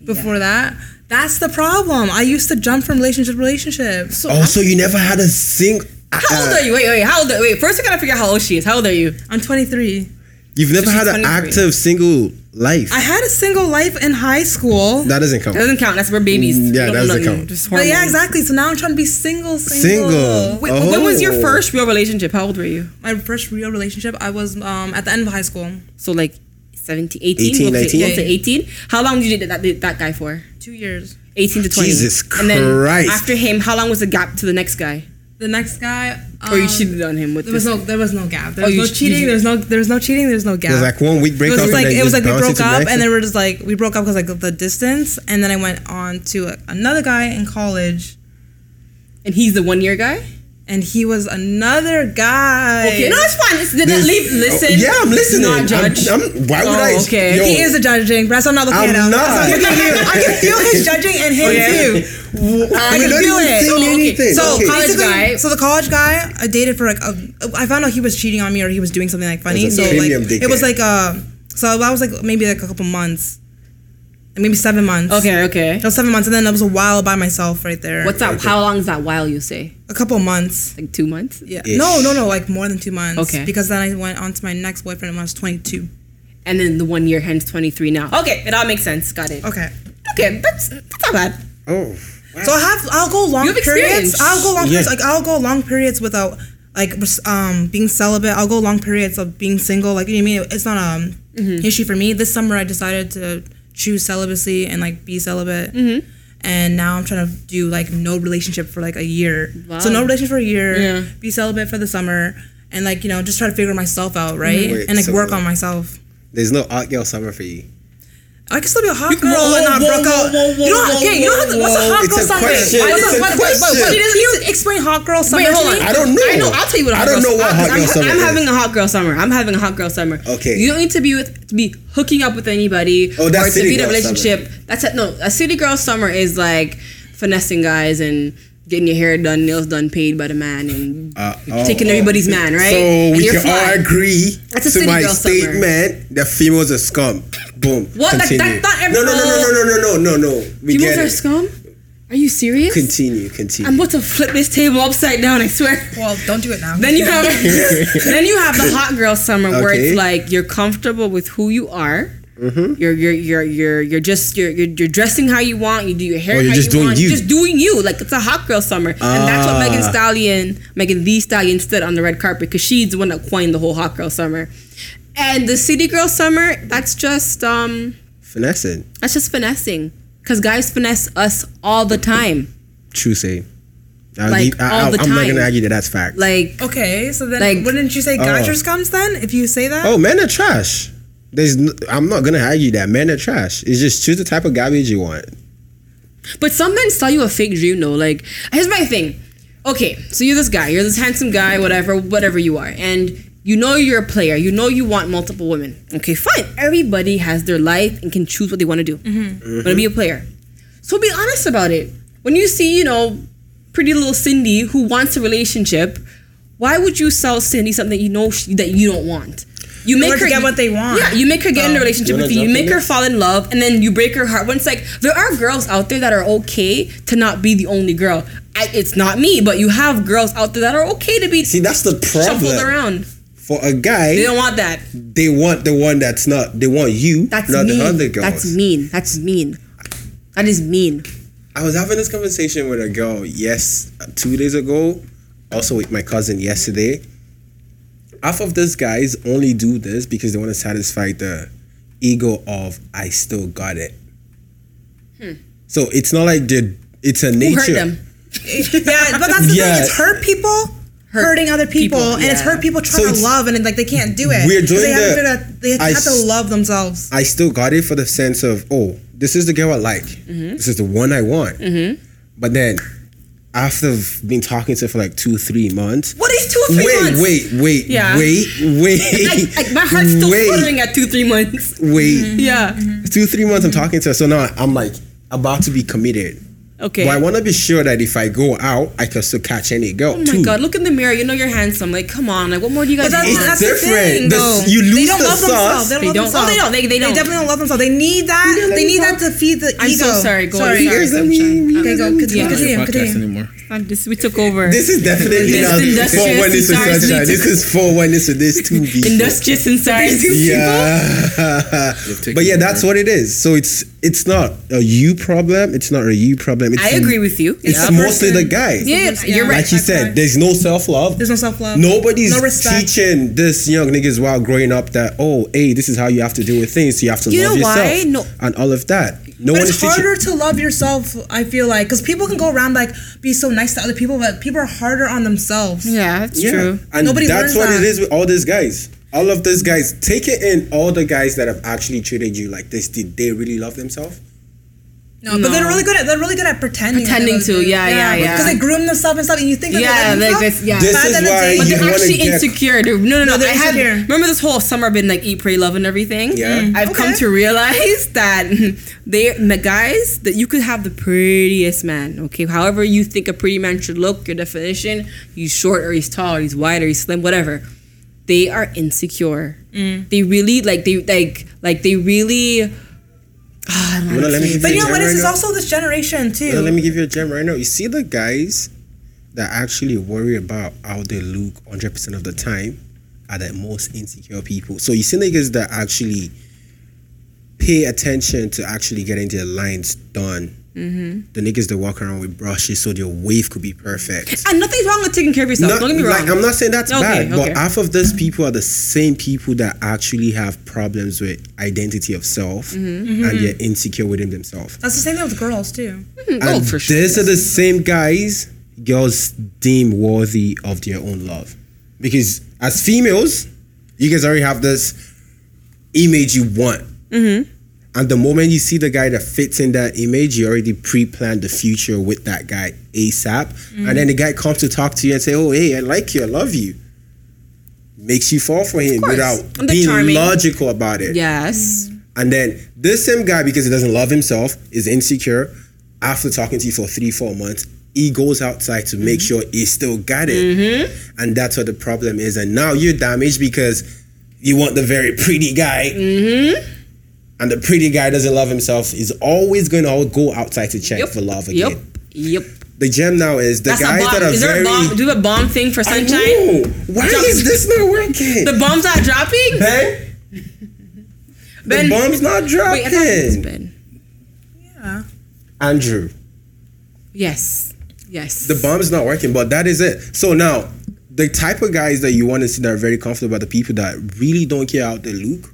Speaker 5: Before that, that's the problem. I used to jump from relationship to relationship. So
Speaker 2: Oh, so you never had a uh, single.
Speaker 3: How old are you? Wait, wait, how old? Are, wait, first we gotta figure out how old she is. How old are you?
Speaker 5: I'm 23.
Speaker 2: You've never
Speaker 3: So
Speaker 2: had
Speaker 3: she's
Speaker 2: an
Speaker 3: 23.
Speaker 2: active single life.
Speaker 5: I had a single life in high school.
Speaker 2: that doesn't count.
Speaker 3: That doesn't count. That's where babies.
Speaker 2: Mm, yeah, that
Speaker 3: No, no,
Speaker 2: doesn't
Speaker 3: no,
Speaker 2: count.
Speaker 3: Just
Speaker 5: But
Speaker 3: hormones.
Speaker 5: yeah, exactly. So now I'm trying to be single, single.
Speaker 2: Single.
Speaker 3: Wait, When was your
Speaker 2: Oh.
Speaker 3: first real relationship? How old were you?
Speaker 5: My first real relationship, I was um, at the end of high school,
Speaker 3: So like 17, 18?
Speaker 2: 18,
Speaker 3: We'll say-
Speaker 2: 19?
Speaker 3: we'll say 18. How long did you date that, date that guy for?
Speaker 5: two years.
Speaker 3: 18 to 20.
Speaker 2: Jesus
Speaker 3: And then
Speaker 2: Christ.
Speaker 3: after him, how long was the gap to the next guy?
Speaker 5: The next guy, um,
Speaker 3: or Oh, you cheated on him with
Speaker 5: There was
Speaker 3: this?
Speaker 5: no, there was no gap. There
Speaker 3: Oh,
Speaker 5: was
Speaker 3: you
Speaker 5: no
Speaker 3: ch-
Speaker 5: cheating.
Speaker 3: you-
Speaker 5: There was no, there was no cheating. There was no gap.
Speaker 2: it was like one week
Speaker 5: It
Speaker 2: breakup.
Speaker 5: was
Speaker 2: and
Speaker 5: like
Speaker 2: then
Speaker 5: it
Speaker 2: just
Speaker 5: was like we
Speaker 2: bounce
Speaker 5: broke
Speaker 2: into the next
Speaker 5: up, and
Speaker 2: one.
Speaker 5: then we're just like we broke up because like of the distance, and then I went on to another guy in college,
Speaker 3: and he's the one year guy?
Speaker 5: and he was another guy.
Speaker 3: Okay, no, it's fine. It's, did
Speaker 2: This-
Speaker 3: leave? Listen.
Speaker 2: Oh, yeah, I'm listening.
Speaker 3: Not judge.
Speaker 2: I'm, I'm, why would
Speaker 3: Oh,
Speaker 2: I?
Speaker 3: okay.
Speaker 2: Yo,
Speaker 5: he is a judging. That's why I'm not looking
Speaker 2: I'm
Speaker 5: at him.
Speaker 2: not.
Speaker 5: That's why I'm looking at him. I can feel
Speaker 2: *laughs*
Speaker 5: his judging and him too.
Speaker 2: I
Speaker 5: can
Speaker 2: not
Speaker 5: feel
Speaker 2: even
Speaker 5: it.
Speaker 2: saying
Speaker 5: Oh, okay.
Speaker 2: anything.
Speaker 5: So
Speaker 2: Okay.
Speaker 5: college
Speaker 3: guy-
Speaker 5: guy. So the college guy, I dated for like a, I found out he was cheating on me or he was doing something like funny.
Speaker 2: That's a
Speaker 5: So like
Speaker 2: premium dickhead.
Speaker 5: it was like uh, so that was like maybe like a couple months, maybe seven months.
Speaker 3: Okay, okay.
Speaker 5: It was seven months, and then it was a while by myself right there.
Speaker 3: What's that? How long is that while you say?
Speaker 5: a couple months?
Speaker 3: Like two months?
Speaker 5: Yeah.
Speaker 2: Ish.
Speaker 5: No, no, no. Like more than two months.
Speaker 3: Okay.
Speaker 5: Because then I went on to my next boyfriend when I was 22.
Speaker 3: And then the one year, hence 23 now. Okay, it all makes sense. Got it.
Speaker 5: Okay.
Speaker 3: Okay, that's, that's not bad.
Speaker 2: Oh,
Speaker 5: So I have. I'll go long
Speaker 3: You have experience.
Speaker 5: periods. I'll go long.
Speaker 2: Yeah.
Speaker 5: Periods, like I'll go long periods without like res- um being celibate. I'll go long periods of being single. Like you know what I mean. It's not um
Speaker 3: Mm-hmm.
Speaker 5: issue for me. This summer I decided to choose celibacy and like be celibate.
Speaker 3: Mm-hmm.
Speaker 5: And now I'm trying to do like no relationship for like a year. So no relationship for a year.
Speaker 3: Yeah.
Speaker 5: Be celibate for the summer. And like you know, just try to figure myself out, right?
Speaker 2: Wait,
Speaker 5: and like
Speaker 2: so-
Speaker 5: work on myself.
Speaker 2: there's no art girl summer for you.
Speaker 5: I can still be a hot girl
Speaker 3: whoa,
Speaker 5: and not
Speaker 3: whoa,
Speaker 5: broke out.
Speaker 3: whoa, whoa,
Speaker 5: you don't
Speaker 3: whoa,
Speaker 5: have, okay, you don't have to, what's a hot
Speaker 2: It's
Speaker 5: girl
Speaker 2: a
Speaker 5: summer?
Speaker 2: question.
Speaker 5: Wait,
Speaker 2: It's
Speaker 5: what's
Speaker 2: a
Speaker 5: what- wait, wait,
Speaker 2: question.
Speaker 5: wait, Can you explain hot girl summer?
Speaker 3: Wait, hold
Speaker 5: to
Speaker 3: on.
Speaker 5: me?
Speaker 2: I don't know.
Speaker 3: I know. I'll tell you what.
Speaker 2: I
Speaker 3: a hot
Speaker 2: don't
Speaker 3: girl
Speaker 2: know what
Speaker 3: summer-
Speaker 2: hot
Speaker 3: I'm,
Speaker 2: girl summer
Speaker 3: I'm
Speaker 2: is.
Speaker 3: having a hot girl summer. I'm having a hot girl summer.
Speaker 2: Okay.
Speaker 3: You don't need to be with to be hooking up with anybody
Speaker 2: Oh, that's
Speaker 3: or to
Speaker 2: city
Speaker 3: be in a
Speaker 2: girl summer.
Speaker 3: relationship. That's it. No, a city girl summer is like finessing guys and getting your hair done, nails done, paid by the man, and
Speaker 2: Uh,
Speaker 3: taking
Speaker 2: oh.
Speaker 3: everybody's man, right?
Speaker 2: So
Speaker 3: And
Speaker 2: we
Speaker 3: you're
Speaker 2: can all
Speaker 3: fly.
Speaker 2: agree
Speaker 3: That's a
Speaker 2: to
Speaker 3: city
Speaker 2: my
Speaker 3: girl summer.
Speaker 2: statement that females are scum. Boom.
Speaker 3: What? That-
Speaker 2: Continue.
Speaker 3: that's not every-
Speaker 2: no, no, no, no, no, no, no, no, no. We
Speaker 3: Females
Speaker 2: get
Speaker 3: are
Speaker 2: it.
Speaker 3: scum. Are you serious?
Speaker 2: Continue, continue.
Speaker 3: I'm about to flip this table upside down. I swear.
Speaker 5: Well, don't do it now.
Speaker 3: Then you
Speaker 2: *laughs*
Speaker 3: have then you have the hot girl summer where
Speaker 2: Okay. Mm-hmm.
Speaker 3: it's like you're comfortable with who you are. You're you're you're you're you're just you're, you're you're dressing how you want. You do your hair
Speaker 2: Oh,
Speaker 3: how
Speaker 2: you're
Speaker 3: you
Speaker 2: just doing
Speaker 3: want.
Speaker 2: you.
Speaker 3: Just doing you. Like it's a hot girl summer, and that's what Megan
Speaker 2: Ah.
Speaker 3: Stallion, Megan the Stallion, stood on the red carpet because she's the one that coined the whole hot girl summer. And the city girl summer, that's just um,
Speaker 2: Finessing.
Speaker 3: that's just finessing. Cause guys finesse us all the time.
Speaker 2: True say. I'll
Speaker 3: Like,
Speaker 2: leave- I,
Speaker 3: all the
Speaker 2: am not gonna
Speaker 3: time.
Speaker 2: argue that that's fact.
Speaker 3: Like
Speaker 5: okay, so then
Speaker 3: Like-
Speaker 5: wouldn't you say guys
Speaker 2: Oh.
Speaker 5: are scums then? If you say that?
Speaker 2: oh, men are trash. There's n I'm not gonna argue that men are trash. It's just choose the type of garbage you want.
Speaker 3: But some men sell you a fake dream though. Like here's my thing. Okay, so you're this guy, you're this handsome guy, whatever, whatever you are, and you know you're a player, you know you want multiple women. Okay, fine. Everybody has their life and can choose what they want to do.
Speaker 5: Mm-hmm.
Speaker 3: Wanna be a player. So be honest about it. When you see, you know, pretty little Cindy who wants a relationship, why would you sell Cindy something you know she, that you don't want? You make
Speaker 5: order to get what they want.
Speaker 3: Yeah, you make her get in a relationship
Speaker 2: You wanna
Speaker 3: with you. You
Speaker 2: jump
Speaker 3: make
Speaker 2: in
Speaker 3: her
Speaker 2: it?
Speaker 3: fall in love, and then you break her heart. When it's like there are girls out there that are okay to not be the only girl. I, it's not me, but you have girls out there that are okay to be
Speaker 2: See, that's the
Speaker 3: shuffled
Speaker 2: problem.
Speaker 3: around.
Speaker 2: For a guy,
Speaker 3: They don't want that.
Speaker 2: they want the one that's not. They want you,
Speaker 3: That's
Speaker 2: not
Speaker 3: mean.
Speaker 2: the other girls.
Speaker 3: That's mean. That's mean. That is mean.
Speaker 2: I was having this conversation with a girl yes two days ago, also with my cousin yesterday. Half of these guys only do this because they want to satisfy the ego of I still got it. So it's not like they it's a
Speaker 3: Hmm. Who
Speaker 2: nature.
Speaker 3: hurt them?
Speaker 5: *laughs* yeah, but that's the
Speaker 2: Yeah.
Speaker 5: thing. It's hurt people
Speaker 3: Hurt
Speaker 5: hurting other people,
Speaker 3: people,
Speaker 5: and it's
Speaker 3: yeah.
Speaker 5: hurt people
Speaker 2: So
Speaker 5: trying
Speaker 2: it's-
Speaker 5: to love and like they can't do it.
Speaker 2: We're
Speaker 5: 'Cause
Speaker 2: doing
Speaker 5: they
Speaker 2: the-
Speaker 5: haven't figured out they
Speaker 2: I
Speaker 5: have to
Speaker 2: s-
Speaker 5: love themselves.
Speaker 2: I still got it for the sense of oh, this is the girl I like.
Speaker 3: Mm-hmm.
Speaker 2: This is the one I want. But then, after I've been talking to her for like two, three months.
Speaker 3: What is two or three
Speaker 2: Wait,
Speaker 3: months?
Speaker 2: wait, wait,
Speaker 3: Yeah.
Speaker 2: wait,
Speaker 3: *laughs* I,
Speaker 2: wait.
Speaker 3: I, my heart's still Mm-hmm.
Speaker 2: wait,
Speaker 3: fluttering at two three months. *laughs*
Speaker 2: Wait,
Speaker 3: Yeah.
Speaker 2: two, three months I'm talking to her. So now I'm like about to be committed.
Speaker 3: Okay.
Speaker 2: But I want to be sure that if I go out, I can still catch any girl
Speaker 3: Oh my
Speaker 2: too.
Speaker 3: god! Look in the mirror. You know you're handsome. Like, come on! Like, what more do you guys?
Speaker 5: But that's,
Speaker 3: want?
Speaker 2: It's
Speaker 5: that's
Speaker 2: different.
Speaker 5: the thing,
Speaker 2: The-
Speaker 5: though.
Speaker 2: you lose
Speaker 5: they don't
Speaker 2: the
Speaker 5: love
Speaker 2: sauce.
Speaker 5: themselves. They don't
Speaker 3: They
Speaker 5: love
Speaker 3: don't.
Speaker 5: themselves.
Speaker 3: Oh, they don't. They- they don't.
Speaker 5: definitely don't love themselves. They need that.
Speaker 2: don't love
Speaker 5: they need that to
Speaker 2: themselves?
Speaker 5: feed the
Speaker 3: I'm
Speaker 5: ego.
Speaker 3: so sorry. Go
Speaker 5: Sorry.
Speaker 3: on. Sorry,
Speaker 2: Here's a
Speaker 3: Sunshine.
Speaker 2: wee-
Speaker 5: Okay, go. Continue.
Speaker 3: Yeah.
Speaker 5: Continue. Continue.
Speaker 4: anymore.
Speaker 3: I'm just- we took over.
Speaker 2: This is definitely
Speaker 3: This
Speaker 2: not
Speaker 3: industrious
Speaker 2: four witness to
Speaker 3: society.
Speaker 2: sunshine. This is four witness to this two B.
Speaker 3: industrious and science.
Speaker 2: Yeah,
Speaker 4: taken
Speaker 2: but yeah,
Speaker 4: over.
Speaker 2: that's what it is. So it's it's not a you problem. It's not a you problem. It's
Speaker 3: I agree with you.
Speaker 2: It's
Speaker 3: Yeah.
Speaker 2: mostly the
Speaker 5: Person.
Speaker 2: guy.
Speaker 3: Yeah, you're right.
Speaker 2: Like he
Speaker 5: That's
Speaker 2: said,
Speaker 5: correct.
Speaker 2: there's no self love.
Speaker 5: There's no self-love.
Speaker 2: Nobody's
Speaker 5: No respect.
Speaker 2: teaching this young niggas while growing up that oh hey this is how you have to deal with things. You have to
Speaker 3: You
Speaker 2: love
Speaker 3: know why?
Speaker 2: yourself
Speaker 3: No-
Speaker 2: and all of that. No
Speaker 5: But
Speaker 2: one
Speaker 5: it's
Speaker 2: is teaching.
Speaker 5: harder to love yourself. I feel like because people can go around like be so nice to other people, but people are harder on themselves.
Speaker 3: Yeah, that's true.
Speaker 2: And
Speaker 5: Nobody
Speaker 2: that's
Speaker 5: learns
Speaker 2: what it
Speaker 5: that.
Speaker 2: is with all these guys. All of these guys, take it in all the guys that have actually treated you like this. Did they really love themselves?
Speaker 5: No, but they're
Speaker 3: No.
Speaker 5: really good at they're really good at pretending.
Speaker 3: Pretending to, yeah, yeah, yeah.
Speaker 5: Because they groom themselves and stuff, and you think that
Speaker 3: Yeah,
Speaker 5: yeah,
Speaker 3: like
Speaker 5: they're
Speaker 3: this. Yeah.
Speaker 2: This
Speaker 5: Back
Speaker 2: is
Speaker 5: in the
Speaker 2: why
Speaker 5: day-
Speaker 3: But
Speaker 2: you
Speaker 3: they're
Speaker 2: want to
Speaker 3: actually
Speaker 2: get.
Speaker 3: insecure. They're- no, no, no.
Speaker 5: No, they're
Speaker 3: I had
Speaker 5: insecure.
Speaker 3: remember this whole summer been like eat, pray, love, and everything.
Speaker 2: Yeah. Mm,
Speaker 3: I've come
Speaker 5: okay.
Speaker 3: to realize *laughs* that they the guys that you could have the prettiest man. Okay, however you think a pretty man should look, your definition. He's short or he's tall or he's wide or he's slim, whatever. They are insecure. They really like they like like they really. Ah, I don't know
Speaker 2: You wanna
Speaker 3: how to
Speaker 2: let me
Speaker 3: say
Speaker 2: give
Speaker 3: it.
Speaker 5: But
Speaker 2: you
Speaker 5: you
Speaker 2: a
Speaker 5: know
Speaker 2: gem
Speaker 5: what? This
Speaker 2: right
Speaker 5: is
Speaker 2: now?
Speaker 5: also this generation
Speaker 2: You know, let
Speaker 5: too.
Speaker 2: me give you a gem right now. You see the guys that actually worry about how they look 100% of the time are the most insecure people. So you see niggas that actually pay attention to actually getting their lines done.
Speaker 3: Mm-hmm.
Speaker 2: The niggas that walk around with brushes so their wave could be
Speaker 3: *laughs*
Speaker 2: perfect.
Speaker 3: And nothing's wrong with taking care of yourself.
Speaker 2: Not-
Speaker 3: don't get me wrong.
Speaker 2: Like, I'm not saying that's
Speaker 3: Okay,
Speaker 2: bad, but
Speaker 3: okay.
Speaker 2: half of those people are the same people that actually have problems with identity of self
Speaker 3: Mm-hmm.
Speaker 2: and they're insecure within themselves.
Speaker 5: That's the same thing with girls too.
Speaker 3: Oh,
Speaker 2: And
Speaker 3: for sure,
Speaker 2: These are the same guys girls deem worthy of their own love. Because as females, you guys already have this image you want.
Speaker 3: Mm-hmm.
Speaker 2: And the moment you see the guy that fits in that image, you already pre-planned the future with that guy ASAP.
Speaker 3: Mm.
Speaker 2: And then the guy comes to talk to you and say, "Oh, hey, I like you, I love you." Makes you fall for him
Speaker 3: course.
Speaker 2: without
Speaker 3: And they're
Speaker 2: being
Speaker 3: charming.
Speaker 2: logical about it.
Speaker 3: Yes.
Speaker 2: And then this same guy, because he doesn't love himself, is insecure. After talking to you for three, four months, he goes outside to make
Speaker 3: Mm-hmm.
Speaker 2: sure he still got it. And that's what the problem is. And now you're damaged because you want the very *laughs* pretty guy.
Speaker 3: Mm-hmm.
Speaker 2: And the pretty guy doesn't love himself, is always going to go outside to check
Speaker 3: Yep.
Speaker 2: for love again.
Speaker 3: Yep. Yep.
Speaker 2: The gem now is the
Speaker 3: That's a
Speaker 2: guys
Speaker 3: bomb.
Speaker 2: that are
Speaker 3: is there
Speaker 2: very.
Speaker 3: a bomb? Do you have a bomb thing for
Speaker 2: I
Speaker 3: sunshine?
Speaker 2: know. Why
Speaker 3: Drop-
Speaker 2: is this not working?
Speaker 3: The bomb's not dropping?
Speaker 2: ben,
Speaker 3: Ben-
Speaker 2: the bomb's not dropping.
Speaker 3: Wait, I thought it was Ben.
Speaker 5: Yeah.
Speaker 2: Andrew.
Speaker 3: Yes. Yes.
Speaker 2: the bomb's not working, but that is it. So now, the type of guys that you want to see that are very comfortable are the people that really don't care how they look.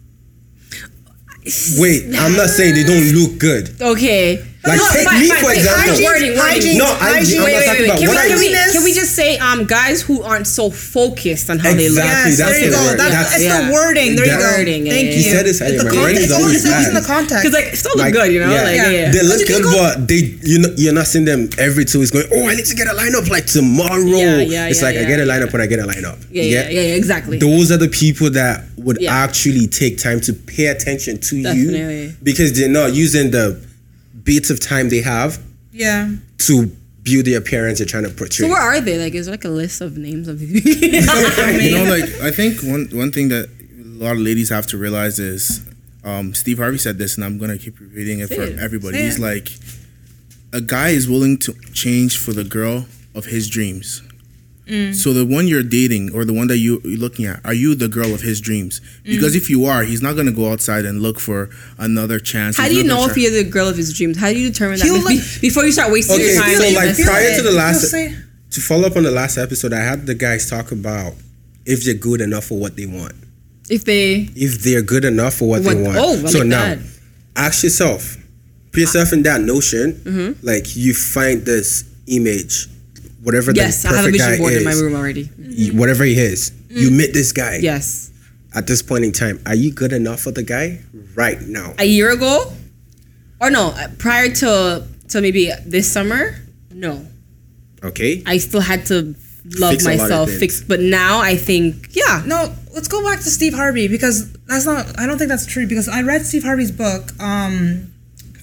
Speaker 2: Wait, I'm not saying they don't look good.
Speaker 3: okay.
Speaker 2: Like, take me for example.
Speaker 3: Hygiene, wording, wording.
Speaker 2: Hygiene, No, hygiene. I'm just
Speaker 3: wait, wait,
Speaker 2: talking
Speaker 3: wait,
Speaker 2: about
Speaker 3: Can,
Speaker 2: what
Speaker 3: we,
Speaker 2: I-
Speaker 3: can, we, can we just say um guys who aren't so focused on how they look?
Speaker 2: Exactly.
Speaker 5: Yes,
Speaker 2: that's
Speaker 5: there you
Speaker 2: the
Speaker 5: go.
Speaker 2: word.
Speaker 5: That's,
Speaker 2: That's-
Speaker 5: it's
Speaker 3: yeah.
Speaker 5: the wording. There
Speaker 2: That-
Speaker 5: you
Speaker 3: Wording,
Speaker 5: go.
Speaker 3: yeah,
Speaker 5: Thank
Speaker 3: yeah,
Speaker 5: you.
Speaker 2: You said this
Speaker 5: It's
Speaker 2: earlier,
Speaker 5: the
Speaker 2: right?
Speaker 5: context.
Speaker 2: Wording's
Speaker 5: It's always
Speaker 2: always
Speaker 5: it's in the
Speaker 2: bad.
Speaker 5: context.
Speaker 3: Because like it still look good, you know?
Speaker 2: yeah.
Speaker 3: Like yeah. yeah.
Speaker 2: They look
Speaker 5: you
Speaker 2: good,
Speaker 5: can go-
Speaker 2: but they you know you're not seeing them every two weeks going. Oh, I need to get a lineup like tomorrow.
Speaker 3: Yeah, yeah,
Speaker 2: it's
Speaker 3: yeah,
Speaker 2: like I
Speaker 3: yeah,
Speaker 2: get a
Speaker 3: yeah.
Speaker 2: lineup when I get a lineup.
Speaker 3: Yeah,
Speaker 2: You
Speaker 3: yeah,
Speaker 2: get-
Speaker 3: yeah, yeah, exactly.
Speaker 2: Those are the people that would
Speaker 3: Yeah.
Speaker 2: actually take time to pay attention to you
Speaker 3: Definitely.
Speaker 2: because they're not using the bits of time they have *laughs*
Speaker 5: Yeah.
Speaker 2: to build the appearance they're trying to portray.
Speaker 3: So where are they? Like, is there like a list of names of *laughs* these?
Speaker 4: You know, like I think one one thing that a lot of ladies have to realize is, um, Steve Harvey said this, and I'm gonna keep repeating it for
Speaker 3: it.
Speaker 4: everybody.
Speaker 5: Say
Speaker 4: He's
Speaker 5: it.
Speaker 4: like, a guy is willing to change for the girl of his dreams.
Speaker 3: Mm.
Speaker 4: So the one you're dating or the one that you, you're looking at, are you the girl of his dreams?
Speaker 3: Mm.
Speaker 4: Because if you are, he's not gonna go outside and look for another chance.
Speaker 3: How
Speaker 4: He's
Speaker 3: do you
Speaker 4: not
Speaker 3: know
Speaker 4: gonna
Speaker 3: if
Speaker 4: try-
Speaker 3: you're the girl of his dreams? How do you determine that
Speaker 5: He'll
Speaker 3: Be-
Speaker 5: look-
Speaker 3: before you start wasting
Speaker 2: Okay,
Speaker 3: your time?
Speaker 2: so
Speaker 5: feel
Speaker 2: like
Speaker 5: it,
Speaker 2: prior
Speaker 5: feel
Speaker 2: to the
Speaker 5: it.
Speaker 2: last,
Speaker 5: Just say-
Speaker 2: to follow up on the last episode, I had the guys talk about if they're good enough for what they want.
Speaker 3: if they
Speaker 2: If they're good enough for what, they
Speaker 3: What-
Speaker 2: want.
Speaker 3: oh, I
Speaker 2: so
Speaker 3: like
Speaker 2: now,
Speaker 3: that.
Speaker 2: ask yourself, put yourself in that notion.
Speaker 3: Mm-hmm.
Speaker 2: Like you find this image, whatever
Speaker 3: yes,
Speaker 2: the
Speaker 3: I have a
Speaker 2: perfect
Speaker 3: vision
Speaker 2: guy
Speaker 3: board
Speaker 2: is,
Speaker 3: in my room Mm. already.
Speaker 2: y- whatever he is, you meet this guy.
Speaker 3: Yes,
Speaker 2: at this point in time, are you good enough for the guy right now?
Speaker 3: a year ago, or no, uh, prior to to maybe this summer. No,
Speaker 2: Okay.
Speaker 3: I still had to love
Speaker 2: Fix a lot of
Speaker 3: myself.
Speaker 2: things.
Speaker 3: Fix, but now I think yeah.
Speaker 5: No, let's go back to Steve Harvey because that's not. I don't think that's true because I read Steve Harvey's book, um,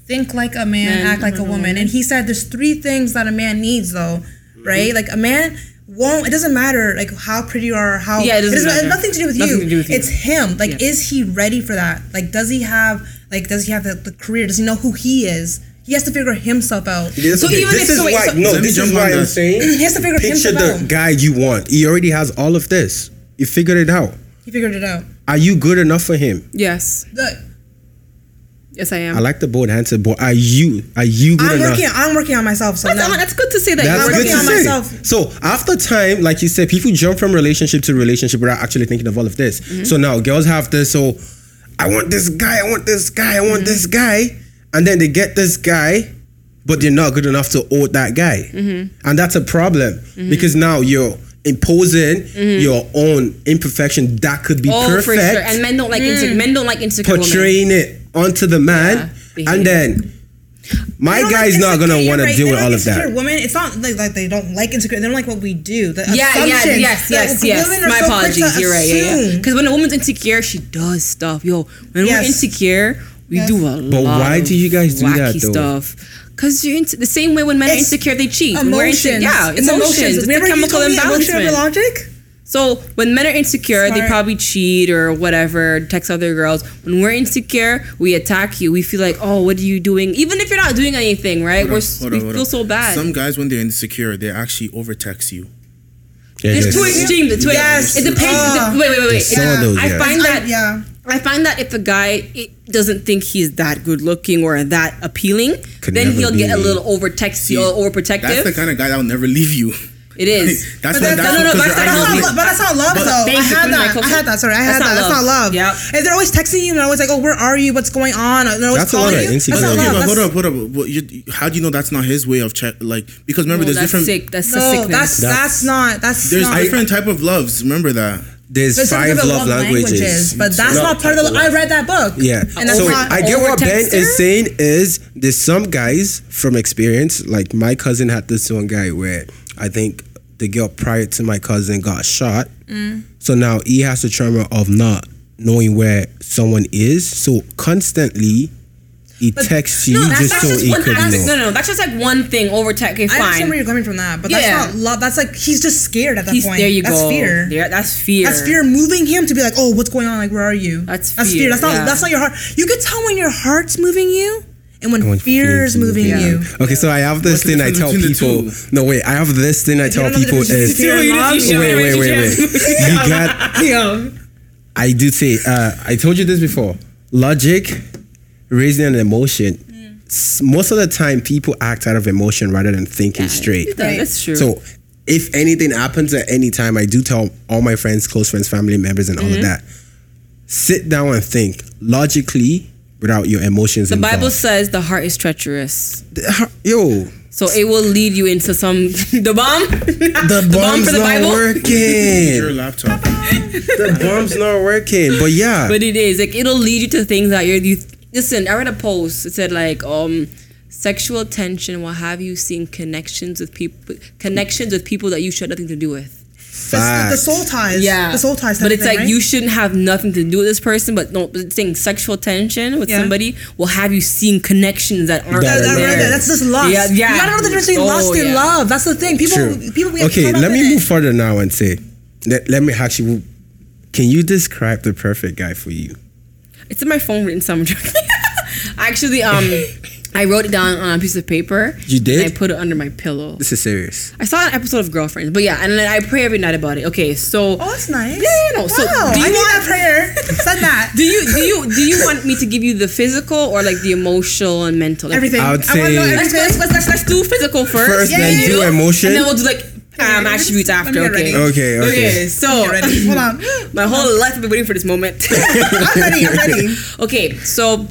Speaker 5: think like a man,
Speaker 3: Man,
Speaker 5: act like a woman. And he said there's three things that a man needs though,
Speaker 2: Mm-hmm.
Speaker 5: right? Like a man won't. It doesn't matter like how pretty you are, or how
Speaker 3: Yeah, it doesn't
Speaker 5: it
Speaker 3: matter.
Speaker 5: has nothing to do with
Speaker 3: Nothing
Speaker 5: you.
Speaker 3: to do with you.
Speaker 5: It's him. Like,
Speaker 3: Yeah.
Speaker 5: is he ready for that? Like, does he have like does he have the, the career? Does he know who he is? He has to figure himself out.
Speaker 2: This,
Speaker 3: So
Speaker 2: okay,
Speaker 3: even
Speaker 2: this
Speaker 3: if-
Speaker 2: is
Speaker 3: so wait,
Speaker 2: why
Speaker 3: so-
Speaker 2: no,
Speaker 4: Let me
Speaker 2: this is
Speaker 4: jump
Speaker 2: why I'm
Speaker 4: on that.
Speaker 3: *laughs*
Speaker 5: He
Speaker 2: saying
Speaker 5: has to figure
Speaker 2: picture
Speaker 5: himself
Speaker 2: the
Speaker 5: out.
Speaker 2: guy you want. He already has all of this. You figured it out.
Speaker 5: He figured it out.
Speaker 2: Are you good enough for him?
Speaker 3: Yes.
Speaker 5: Look,
Speaker 3: Yes, I am.
Speaker 2: I like the bold answer, but are you are you good
Speaker 5: I'm
Speaker 2: enough?
Speaker 5: working. I'm working on myself. So
Speaker 3: that's,
Speaker 5: now.
Speaker 3: that's good to say that
Speaker 2: That's
Speaker 3: you're
Speaker 2: good
Speaker 5: working
Speaker 2: to
Speaker 5: on
Speaker 2: say.
Speaker 5: myself.
Speaker 2: So after time, like you said, people jump from relationship to relationship without actually thinking of all of this.
Speaker 5: Mm-hmm.
Speaker 2: So now girls have this. So I want this guy. I want this guy. I want
Speaker 5: Mm-hmm.
Speaker 2: this guy. And then they get this guy, but they're not good enough to own that guy,
Speaker 5: Mm-hmm.
Speaker 2: and that's a problem because now you're imposing
Speaker 5: Mm-hmm.
Speaker 2: your own imperfection that could be
Speaker 3: Oh,
Speaker 2: perfect Mm.
Speaker 3: for sure. And men don't like insecure. Men don't like insecure women.
Speaker 2: portraying it onto the man,
Speaker 3: they hate
Speaker 2: and then my
Speaker 5: They don't
Speaker 2: guy's
Speaker 5: like
Speaker 2: not
Speaker 5: insecure-
Speaker 2: gonna
Speaker 5: you're
Speaker 2: want
Speaker 5: right,
Speaker 2: to deal
Speaker 5: they
Speaker 2: with
Speaker 5: don't
Speaker 2: all
Speaker 5: like
Speaker 2: of that.
Speaker 5: insecure Women, it's not like, like they don't like insecure. They don't like what we do. The
Speaker 3: Yeah, yeah,
Speaker 5: assumptions.
Speaker 3: yes,
Speaker 5: The
Speaker 3: yes, yes.
Speaker 5: women are
Speaker 3: My
Speaker 5: so quick to
Speaker 3: apologies. You're right. Yeah, yeah.
Speaker 5: assume.
Speaker 3: Because when a woman's insecure, she does stuff. Yo, when
Speaker 5: Yes.
Speaker 3: we're insecure, we
Speaker 5: Yes.
Speaker 3: do a lot.
Speaker 2: But why
Speaker 3: of
Speaker 2: do you guys do that,
Speaker 3: wacky
Speaker 2: though?
Speaker 3: stuff? Because you're into the same way when men are
Speaker 5: It's
Speaker 3: insecure, they cheat. When we're inse-
Speaker 5: Emotions.
Speaker 3: yeah, it's emotions. It's a
Speaker 5: Remember you
Speaker 3: chemical
Speaker 5: told me emotion over
Speaker 3: imbalance.
Speaker 5: logic?
Speaker 3: So when men are insecure, they
Speaker 5: Smart.
Speaker 3: probably cheat or whatever, text other girls. When we're insecure, we attack you. We feel like, oh, what are you doing? Even if you're not doing anything, right?
Speaker 4: Hold
Speaker 3: we're
Speaker 4: on,
Speaker 3: s-
Speaker 4: hold
Speaker 3: we
Speaker 4: on, hold
Speaker 3: feel
Speaker 4: on.
Speaker 3: so bad.
Speaker 4: Some guys, when they're insecure, they actually overtext you.
Speaker 2: Yeah,
Speaker 3: There's
Speaker 2: yes.
Speaker 3: two extremes. The two
Speaker 5: Yes.
Speaker 3: It depends.
Speaker 5: Ah.
Speaker 3: It de- wait, wait, wait, wait.
Speaker 2: Some of those,
Speaker 3: I
Speaker 2: yes.
Speaker 3: find that.
Speaker 5: I- yeah.
Speaker 3: I find that if a guy it doesn't think he's that good looking or that appealing,
Speaker 2: Could
Speaker 3: then
Speaker 2: never
Speaker 3: he'll
Speaker 2: be.
Speaker 3: get a little overtexty or overprotective.
Speaker 4: That's the kind of guy that will never leave you.
Speaker 3: it is.
Speaker 4: That's
Speaker 5: But
Speaker 4: what.
Speaker 5: that's-
Speaker 4: That's
Speaker 5: no, no,
Speaker 3: but
Speaker 4: because your
Speaker 3: that's
Speaker 5: That's
Speaker 3: Thank
Speaker 4: eyes
Speaker 5: not,
Speaker 4: are
Speaker 3: you.
Speaker 5: but
Speaker 4: blinking.
Speaker 5: that's not love, though. I
Speaker 3: Thank you,
Speaker 5: had
Speaker 3: Camila
Speaker 5: that. I
Speaker 3: Costa.
Speaker 5: had that. Sorry, I
Speaker 3: That's
Speaker 5: had
Speaker 3: not
Speaker 5: that. That's
Speaker 3: love.
Speaker 5: not love.
Speaker 3: Yep.
Speaker 5: If they're always texting you and always like, "Oh, where are you? What's going on?" and they're always
Speaker 2: That's a lot
Speaker 5: calling
Speaker 2: of
Speaker 5: you. That's
Speaker 2: insecurity.
Speaker 5: not
Speaker 4: Okay,
Speaker 5: love.
Speaker 4: but hold
Speaker 5: That's-
Speaker 4: up, hold up. What you, how do you know that's not his way of check? Like because remember,
Speaker 3: No,
Speaker 4: there's
Speaker 3: that's
Speaker 4: different.
Speaker 3: sick. That's a
Speaker 5: No,
Speaker 3: sickness.
Speaker 5: that's that's not. That's
Speaker 4: There's
Speaker 5: not.
Speaker 4: different type of loves. Remember that.
Speaker 2: There's,
Speaker 5: There's
Speaker 2: five
Speaker 5: different
Speaker 2: love languages.
Speaker 5: but that's
Speaker 2: No,
Speaker 5: not part of the. I read that book.
Speaker 2: Yeah.
Speaker 5: and that's
Speaker 2: so
Speaker 5: not.
Speaker 2: I get what Ben
Speaker 3: overtexter?
Speaker 2: is saying is there's some guys from experience, like my cousin had this one guy where I think the girl prior to my cousin got shot.
Speaker 5: Mm.
Speaker 2: So now he has the trauma of not knowing where someone is. So constantly he texts you
Speaker 5: no, that's-
Speaker 2: just
Speaker 3: That's
Speaker 2: so
Speaker 3: just
Speaker 2: he
Speaker 3: one
Speaker 2: could
Speaker 3: aspect.
Speaker 2: know.
Speaker 3: No, no, no, that's just like one thing. Overtext. Okay,
Speaker 5: I understand where
Speaker 3: fine.
Speaker 5: you're coming from that, but
Speaker 3: Yeah.
Speaker 5: that's not love. That's like he's just scared at that
Speaker 3: He's,
Speaker 5: point.
Speaker 3: there you
Speaker 5: that's
Speaker 3: go.
Speaker 5: Fear.
Speaker 3: There, that's fear.
Speaker 5: That's fear moving him to be like, oh, what's going on? Like, where are you?
Speaker 3: That's
Speaker 5: That's
Speaker 3: fear,
Speaker 5: fear. That's not.
Speaker 3: yeah.
Speaker 5: That's not your heart. You could tell when your heart's moving you, and when,
Speaker 2: When
Speaker 5: fear's moving you.
Speaker 2: Okay, so I have this
Speaker 4: What's the
Speaker 2: thing I
Speaker 4: difference
Speaker 2: tell
Speaker 4: between the
Speaker 2: people. No, wait, I have this thing I
Speaker 5: you
Speaker 2: tell
Speaker 5: don't know the
Speaker 2: people is
Speaker 5: difference between fear and love,
Speaker 2: *laughs* wait, wait,
Speaker 5: *laughs*
Speaker 2: wait, wait. You got. I do say. Uh, I told you this before. Logic, raising an emotion. S- Most of the time, people act out of emotion rather than thinking straight.
Speaker 3: Mm. Yeah, That's true.
Speaker 2: So if anything happens at any time, I do tell all my friends, close friends, family members, and all
Speaker 3: Mm-hmm.
Speaker 2: of that. Sit down and think logically without your emotions.
Speaker 3: the Bible
Speaker 2: involved.
Speaker 3: says the heart is treacherous, *laughs*
Speaker 2: yo,
Speaker 3: so it will lead you into some *laughs* the bomb. *laughs*
Speaker 2: the, bomb's not
Speaker 4: Your *laughs*
Speaker 2: working.
Speaker 4: laptop.
Speaker 2: the bomb's not working. But yeah,
Speaker 3: but it is like it'll lead you to things that you're you listen i read a post it said like um sexual tension will have you seeing connections with people connections with people that you should have nothing to do with
Speaker 5: The,
Speaker 2: facts.
Speaker 5: the soul ties. The soul ties.
Speaker 3: but
Speaker 5: type
Speaker 3: it's
Speaker 5: thing,
Speaker 3: like
Speaker 5: right?
Speaker 3: you shouldn't have nothing to do with this person but no but saying sexual tension with
Speaker 5: Yeah.
Speaker 3: somebody will have you seeing connections that aren't
Speaker 2: That-
Speaker 5: That- that-
Speaker 2: Yeah.
Speaker 5: that-
Speaker 3: there.
Speaker 5: that's just lust.
Speaker 3: Yeah, yeah.
Speaker 5: You gotta know the difference between
Speaker 3: Oh,
Speaker 5: lust and
Speaker 3: yeah.
Speaker 5: love. That's the thing. People,
Speaker 2: True.
Speaker 5: people get
Speaker 2: okay,
Speaker 5: caught up
Speaker 2: let
Speaker 5: in
Speaker 2: me
Speaker 5: it.
Speaker 2: move further now and say, let, let me actually. Can you describe the perfect guy for you?
Speaker 3: It's in my phone written somewhere. *laughs* Actually, um,
Speaker 2: *laughs*
Speaker 3: I wrote it down on a piece of paper.
Speaker 2: You did?
Speaker 3: And I put it under my pillow.
Speaker 2: This is serious.
Speaker 3: I saw an episode of Girlfriends, but yeah, and then I pray every night about it. Okay, so
Speaker 5: Oh, that's nice.
Speaker 3: Yeah, yeah, no. So
Speaker 5: Wow,
Speaker 3: do
Speaker 5: I
Speaker 3: you
Speaker 5: need
Speaker 3: want-
Speaker 5: that prayer. Said that.
Speaker 3: *laughs* do you do you do you want me to give you the physical or like the emotional and mental? Like,
Speaker 5: everything?
Speaker 2: I would
Speaker 5: wanna
Speaker 2: say-
Speaker 5: know
Speaker 3: Let's,
Speaker 5: everything.
Speaker 3: let's, let's, let's, let's do physical first.
Speaker 2: First,
Speaker 5: Yeah,
Speaker 2: then
Speaker 5: yeah,
Speaker 2: do
Speaker 5: yeah.
Speaker 2: emotion.
Speaker 3: And then we'll do like um, attributes
Speaker 5: Let
Speaker 3: after.
Speaker 5: me get ready.
Speaker 3: Okay.
Speaker 2: Okay, okay.
Speaker 3: So *laughs*
Speaker 5: Hold on.
Speaker 3: my whole life I've been waiting for this
Speaker 5: *laughs*
Speaker 3: moment.
Speaker 5: I'm ready. I'm ready.
Speaker 3: okay, so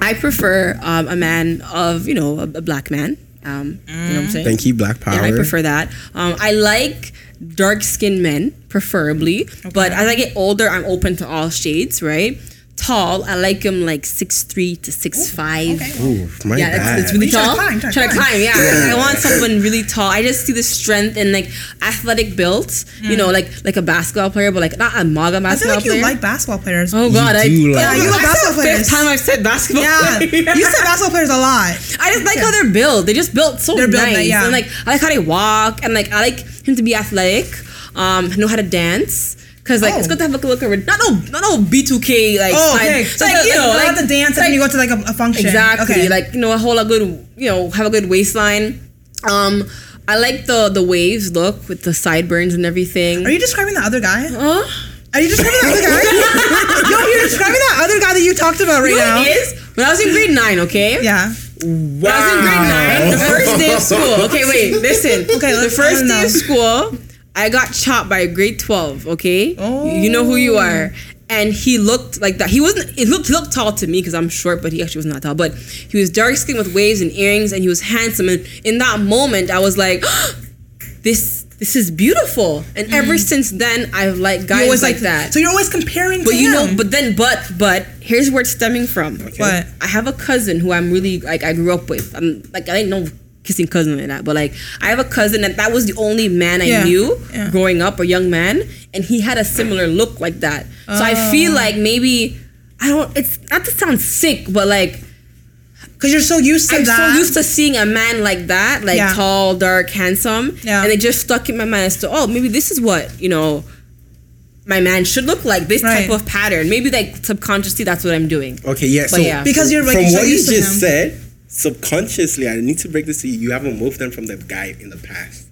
Speaker 3: I prefer um, a man of you know a, a black man. Um, You know what I'm saying?
Speaker 2: Thank you, Black Power.
Speaker 3: Yeah, I prefer that. Um, I like dark skinned men, preferably. But as I get older, I'm open to all shades, right? tall. I like him like six three to six five.
Speaker 2: Ooh, my
Speaker 3: Yeah,
Speaker 2: bad.
Speaker 3: it's, it's really
Speaker 5: You try to
Speaker 3: tall.
Speaker 5: climb, try to
Speaker 3: Try to
Speaker 5: climb.
Speaker 3: climb, yeah. I want someone really tall. I just see the strength and like athletic built. You know, like like a basketball player, but like not a MAGA
Speaker 5: Mm. I
Speaker 3: basketball
Speaker 5: feel like you
Speaker 3: player.
Speaker 5: like basketball players.
Speaker 3: oh God, I
Speaker 2: do like-
Speaker 5: Yeah, you
Speaker 3: I
Speaker 5: like
Speaker 3: said
Speaker 5: basketball
Speaker 3: fifth
Speaker 5: players.
Speaker 3: time I've said basketball. *laughs*
Speaker 5: Yeah,
Speaker 3: player.
Speaker 5: you said basketball players a lot.
Speaker 3: I just like how they're built. They just built so
Speaker 5: They're built,
Speaker 3: nice.
Speaker 5: yeah.
Speaker 3: And like I like how they walk and like I like him to be athletic, um, know how to dance. Cause like it's
Speaker 5: Oh.
Speaker 3: good to have like a look over not no not no B two K like
Speaker 5: Oh,
Speaker 3: style.
Speaker 5: okay.
Speaker 3: It's
Speaker 5: So
Speaker 3: like you know like
Speaker 5: have to dance and then you go to like a, a function.
Speaker 3: Exactly.
Speaker 5: Okay.
Speaker 3: Like, you know, a whole a good you know, have a good waistline. Um I like the the waves look with the sideburns and everything.
Speaker 5: Are you describing the other guy?
Speaker 3: Huh?
Speaker 5: Are you describing the other
Speaker 3: *laughs*
Speaker 5: guy? *laughs* Yo, you're describing that other guy that you talked about right
Speaker 3: You know
Speaker 5: now.
Speaker 3: what it is? When I was in grade nine, okay?
Speaker 5: Yeah.
Speaker 3: When I was in grade nine, the first day of school. *laughs* Okay, wait, listen.
Speaker 5: Okay,
Speaker 3: the
Speaker 5: let's- I
Speaker 3: first
Speaker 5: don't
Speaker 3: day
Speaker 5: know.
Speaker 3: of school, I got chopped by grade twelve. Okay,
Speaker 5: Oh.
Speaker 3: you know who you are. And he looked like that. He wasn't. It looked he looked tall to me because I'm short, but he actually was not tall. But he was dark skinned with waves and earrings, and he was handsome. And in that moment, I was like, *gasps* "This, this is beautiful." And ever since then, I've liked guys
Speaker 5: You always
Speaker 3: Mm. like that.
Speaker 5: So you're always comparing.
Speaker 3: But
Speaker 5: to
Speaker 3: you
Speaker 5: him.
Speaker 3: know, but then, but but here's where it's stemming from.
Speaker 5: What?
Speaker 3: I have a cousin who I'm really like I grew up with. I'm like I didn't know kissing cousin like that, but like I have a cousin that that was the only man I
Speaker 5: Yeah,
Speaker 3: knew
Speaker 5: yeah.
Speaker 3: growing up, a young man, and he had a similar look like that. So I feel like maybe I don't. It's not to sound sick, but like
Speaker 5: because you're so used to
Speaker 3: I'm
Speaker 5: that.
Speaker 3: so used to seeing a man like that, like
Speaker 5: Yeah.
Speaker 3: tall, dark, handsome.
Speaker 5: Yeah.
Speaker 3: And it just stuck in my mind as to, oh, maybe this is what, you know, my man should look like, this
Speaker 5: Right.
Speaker 3: type of pattern. Maybe like subconsciously that's what I'm doing.
Speaker 2: Okay, yeah. So
Speaker 3: yeah.
Speaker 5: Because you're, like,
Speaker 2: from
Speaker 5: so
Speaker 2: what you
Speaker 5: used
Speaker 2: just
Speaker 5: to him.
Speaker 2: said, subconsciously, I need to break this to you. You have removed them from the guy in the past.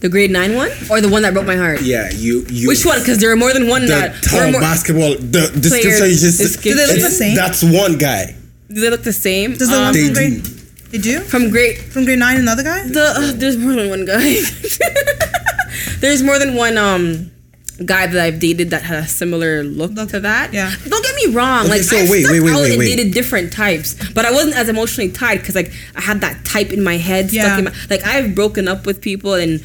Speaker 3: The grade nine one or the one that broke my heart?
Speaker 2: Yeah, you. you
Speaker 3: Which one? Because there are more than one
Speaker 2: The
Speaker 3: that there are
Speaker 2: tall
Speaker 3: more,
Speaker 2: basketball. The description you just.
Speaker 3: description.
Speaker 5: Do they look the
Speaker 2: it's-
Speaker 5: same?
Speaker 2: That's one guy.
Speaker 3: do they look the same?
Speaker 5: Does the
Speaker 3: Um,
Speaker 5: one
Speaker 2: They do.
Speaker 5: from grade? They do
Speaker 3: from grade
Speaker 5: from grade nine another guy.
Speaker 3: the uh, there's more than one guy. *laughs* there's more than one um guy that I've dated that had a similar look to that.
Speaker 5: yeah.
Speaker 3: Don't get me wrong.
Speaker 2: Okay,
Speaker 3: like
Speaker 2: so
Speaker 3: I've
Speaker 2: wait,
Speaker 3: stepped
Speaker 2: wait, wait,
Speaker 3: out
Speaker 2: wait,
Speaker 3: and
Speaker 2: wait.
Speaker 3: dated different types, but I wasn't as emotionally tied because like I had that type in my head stuck
Speaker 5: Yeah.
Speaker 3: in my like I've broken up with people and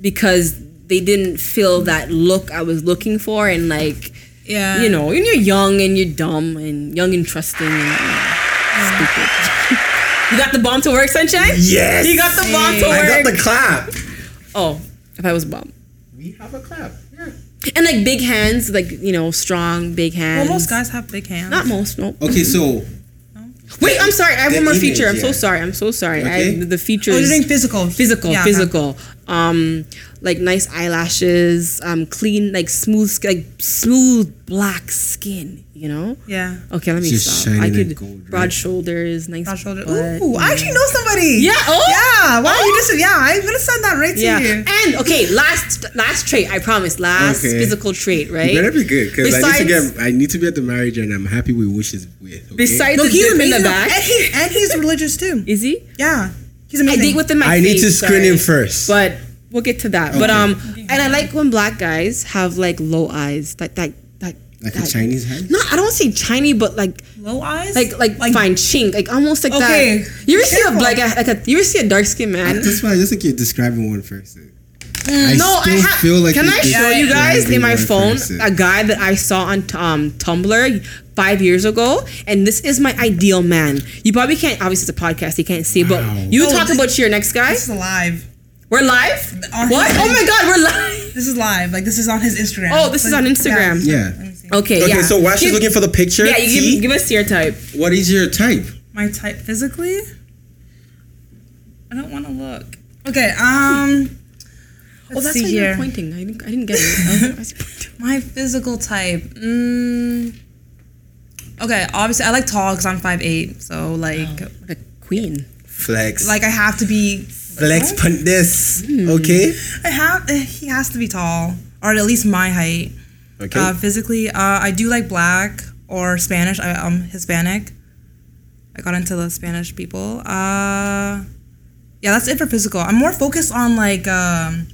Speaker 3: because they didn't feel that look I was looking for and like
Speaker 7: Yeah.
Speaker 3: you know, and you're young and you're dumb and young and trusting and you know, stupid. *laughs* you got the bomb to work, sunshine.
Speaker 2: Yes.
Speaker 3: You got the bomb to
Speaker 2: I got
Speaker 3: work.
Speaker 2: the clap.
Speaker 3: oh, if I was a bomb.
Speaker 2: We have a clap. Yeah.
Speaker 3: And like big hands, like you know, strong big hands.
Speaker 7: Well, most guys have big hands.
Speaker 3: Not most. No.
Speaker 2: Okay, so
Speaker 3: Wait, I'm sorry. I have
Speaker 2: The
Speaker 3: one more
Speaker 2: image,
Speaker 3: feature. I'm so
Speaker 2: yeah.
Speaker 3: sorry. I'm so sorry.
Speaker 2: Okay.
Speaker 3: I, the features.
Speaker 5: Oh, you're doing physical.
Speaker 3: physical,
Speaker 5: Yeah, okay.
Speaker 3: physical. Um, like nice eyelashes, um, clean, like smooth, sk- like smooth black skin. You know.
Speaker 5: Yeah.
Speaker 3: Okay, let me
Speaker 2: Just
Speaker 3: stop.
Speaker 2: shining
Speaker 3: I
Speaker 2: and
Speaker 3: could
Speaker 2: gold, right?
Speaker 3: broad shoulders, nice
Speaker 5: Broad shoulder.
Speaker 3: butt,
Speaker 5: Ooh, I actually know somebody.
Speaker 3: Yeah, oh.
Speaker 5: Yeah. Wow. You just. Yeah. I'm gonna send that right to
Speaker 3: Yeah,
Speaker 5: you.
Speaker 3: and okay, last last trait. I promise. Last
Speaker 2: Okay.
Speaker 3: physical trait, right?
Speaker 2: you better be good because I need to
Speaker 3: Besides-
Speaker 2: get. I need to be at the marriage, and I'm happy with who she's with. Okay?
Speaker 3: Besides
Speaker 5: No,
Speaker 3: the
Speaker 5: he's
Speaker 3: dip in
Speaker 5: amazing.
Speaker 3: the
Speaker 5: And,
Speaker 3: back,
Speaker 5: he, and he's religious too.
Speaker 3: is he?
Speaker 5: Yeah. He's
Speaker 3: I
Speaker 5: amazing.
Speaker 3: date within my.
Speaker 2: I need
Speaker 3: faith,
Speaker 2: to screen
Speaker 3: sorry.
Speaker 2: him first.
Speaker 3: but we'll get to that. But um, and I like when black guys have like low eyes, like that that
Speaker 2: like a
Speaker 3: that-
Speaker 2: Chinese hand.
Speaker 3: No, I don't say Chinese, but like
Speaker 5: low eyes.
Speaker 3: like like, fine chink, like almost like
Speaker 5: Okay,
Speaker 3: that. You ever see a
Speaker 5: careful.
Speaker 3: black guy, like a you ever see a dark skinned man?
Speaker 4: That's why I just think you're describing one person.
Speaker 3: Mm, no, I ha- Can
Speaker 4: you're
Speaker 3: I show you
Speaker 4: describing
Speaker 3: guys in my
Speaker 4: one
Speaker 3: phone
Speaker 4: person.
Speaker 3: a guy that I saw on um, Tumblr five years ago, and this is my ideal man. You probably can't. Obviously, it's a podcast. You can't see,
Speaker 2: Wow.
Speaker 3: but you
Speaker 5: Oh,
Speaker 3: talk
Speaker 5: this-
Speaker 3: about your next guy.
Speaker 5: This is live.
Speaker 3: We're live.
Speaker 5: On
Speaker 3: What?
Speaker 5: his-
Speaker 3: Oh my God, we're *laughs* live.
Speaker 5: This is live. Like this is on his Instagram.
Speaker 3: Oh, this is on
Speaker 5: Yeah.
Speaker 3: Instagram.
Speaker 4: Yeah.
Speaker 3: Okay.
Speaker 2: Okay,
Speaker 3: yeah.
Speaker 2: so while she's
Speaker 3: Give-
Speaker 2: looking for the picture,
Speaker 3: Yeah, you
Speaker 2: T,
Speaker 3: give, give us your type.
Speaker 2: what is your type?
Speaker 5: My type physically. I don't want to look. Okay. Um.
Speaker 3: Oh,
Speaker 5: Let's
Speaker 3: that's
Speaker 5: see
Speaker 3: why
Speaker 5: here.
Speaker 3: you're pointing. I didn't, I didn't get it. I was- "Oh, I was-
Speaker 7: My physical type. Mm, okay, obviously I like tall because I'm 5'8", so like
Speaker 3: like a queen.
Speaker 2: Flex.
Speaker 5: Like I have to be.
Speaker 2: flex punt this.
Speaker 3: Hmm.
Speaker 2: Okay.
Speaker 5: *laughs* I have. He has to be tall, or at least my height.
Speaker 2: Okay.
Speaker 5: Uh, physically, uh, I do like black or Spanish. I, I'm Hispanic. I got into the Spanish people. Uh, yeah, that's it for physical. I'm more focused on like um,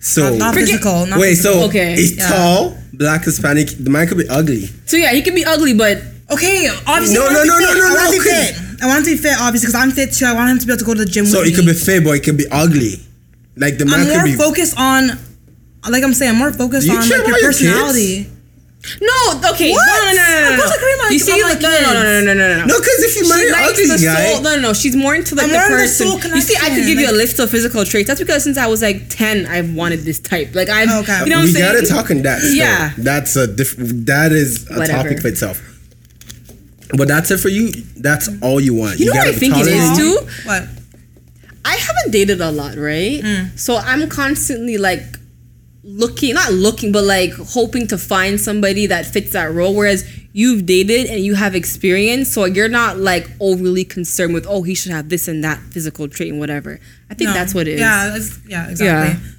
Speaker 2: so
Speaker 5: not
Speaker 3: Forget-
Speaker 5: physical. Not
Speaker 2: wait,
Speaker 5: physical.
Speaker 2: so
Speaker 3: Okay,
Speaker 2: it's
Speaker 5: yeah.
Speaker 2: tall, black, Hispanic. The man could be ugly.
Speaker 3: So yeah, he can be ugly, but
Speaker 5: okay, obviously.
Speaker 2: No,
Speaker 5: I want
Speaker 2: no, no,
Speaker 5: him to be
Speaker 2: no,
Speaker 5: fit.
Speaker 2: no,
Speaker 5: I want
Speaker 2: no,
Speaker 5: him to be
Speaker 2: okay.
Speaker 5: fit. I want him to be fit, obviously, because I'm fit too. I want him to be able to go to the gym.
Speaker 2: So
Speaker 5: with
Speaker 2: it could
Speaker 5: me.
Speaker 2: be fair, but it could be ugly. Like the man
Speaker 5: I'm
Speaker 2: could
Speaker 5: more
Speaker 2: be.
Speaker 5: focused on, like I'm saying, I'm more focused
Speaker 2: You
Speaker 5: on
Speaker 2: care
Speaker 5: like,
Speaker 2: about
Speaker 5: your
Speaker 2: your kids?
Speaker 5: personality.
Speaker 3: No, okay.
Speaker 5: What?
Speaker 3: No, no, no, no, no.
Speaker 5: Of course I agree, Mike,
Speaker 3: You
Speaker 5: 'cause
Speaker 3: see,
Speaker 5: I'm
Speaker 3: like,
Speaker 5: like
Speaker 3: no, no, no, no, no, no, no, no.
Speaker 2: No, because if you marry
Speaker 3: She
Speaker 2: an
Speaker 3: likes the
Speaker 2: ugly
Speaker 3: soul.
Speaker 2: guy,
Speaker 3: No, no, no. She's more into like
Speaker 5: I'm
Speaker 3: the
Speaker 5: more into
Speaker 3: person.
Speaker 5: soul
Speaker 3: you see, I could
Speaker 5: connection,
Speaker 3: give you a
Speaker 5: like-
Speaker 3: list of physical traits. That's because since I was like ten, I've wanted this type. Like I've,
Speaker 5: Okay.
Speaker 3: you know, what I'm
Speaker 2: we
Speaker 3: saying.
Speaker 2: gotta talk on that. Still.
Speaker 3: Yeah.
Speaker 2: that's a different. That is a
Speaker 3: Whatever.
Speaker 2: topic for itself. But that's it for you. That's all you want.
Speaker 3: You know what
Speaker 2: gotta
Speaker 3: I think it
Speaker 2: tolerate
Speaker 3: is too.
Speaker 5: What?
Speaker 3: I haven't dated a lot, right?
Speaker 5: Mm.
Speaker 3: So I'm constantly like looking, not looking, but like hoping to find somebody that fits that role. Whereas you've dated and you have experience, so you're not like overly concerned with oh he should have this and that physical trait and whatever. I think
Speaker 5: No.
Speaker 3: that's what it is.
Speaker 5: Yeah, it's, yeah, exactly.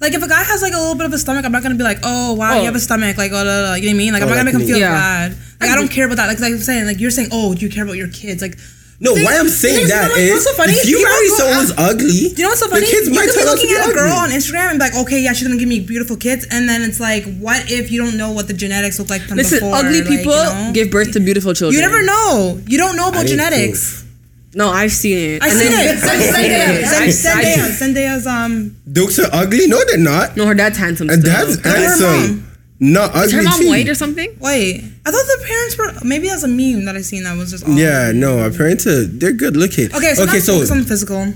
Speaker 5: Like if a guy has like a little bit of a stomach, I'm not gonna be like, oh wow,
Speaker 3: Oh.
Speaker 5: you have a stomach, like oh, blah, blah, blah. you know what I mean? Like I'm
Speaker 2: Oh,
Speaker 5: not gonna
Speaker 2: like
Speaker 5: make him
Speaker 2: me.
Speaker 5: feel
Speaker 3: Yeah.
Speaker 5: bad. Like I don't care about that. Like, like I'm saying, like you're saying, oh, do you care about your kids? Like
Speaker 2: No,
Speaker 5: Things-
Speaker 2: why I'm saying
Speaker 5: things-
Speaker 2: that
Speaker 5: you know
Speaker 2: is
Speaker 5: what's so funny?
Speaker 2: if you
Speaker 5: You know
Speaker 2: marry
Speaker 5: what's so-
Speaker 2: someone who's ugly,
Speaker 5: Do you know what's so funny?
Speaker 2: The kids
Speaker 5: you
Speaker 2: might
Speaker 5: could be
Speaker 2: turn out to
Speaker 5: looking
Speaker 2: be
Speaker 5: at a
Speaker 2: ugly.
Speaker 5: girl on Instagram and be like, okay, yeah, she's gonna give me beautiful kids, and then it's like, what if you don't know what the genetics look like from
Speaker 3: Listen,
Speaker 5: before?
Speaker 3: ugly
Speaker 5: like, you
Speaker 3: people
Speaker 5: know?
Speaker 3: give birth to beautiful children.
Speaker 5: You never know. You don't know about
Speaker 2: didn't
Speaker 5: genetics.
Speaker 3: No, I've seen it.
Speaker 5: I
Speaker 3: And
Speaker 5: seen
Speaker 3: then-
Speaker 5: it. Zendaya,
Speaker 3: I- I-
Speaker 5: Zendaya, Zendaya's um.
Speaker 2: Dukes are ugly. No, they're not.
Speaker 3: No, her dad's handsome.
Speaker 2: And
Speaker 3: still.
Speaker 2: dad's
Speaker 5: her
Speaker 2: handsome. Not ugly.
Speaker 3: Is her mom
Speaker 2: too.
Speaker 3: white or something?
Speaker 5: Wait, I thought the parents were. Maybe that's a meme that I seen that was just. All
Speaker 2: Yeah, no. Apparently, they're good looking.
Speaker 5: Okay, so
Speaker 2: okay,
Speaker 5: now
Speaker 2: so
Speaker 5: focus on physical.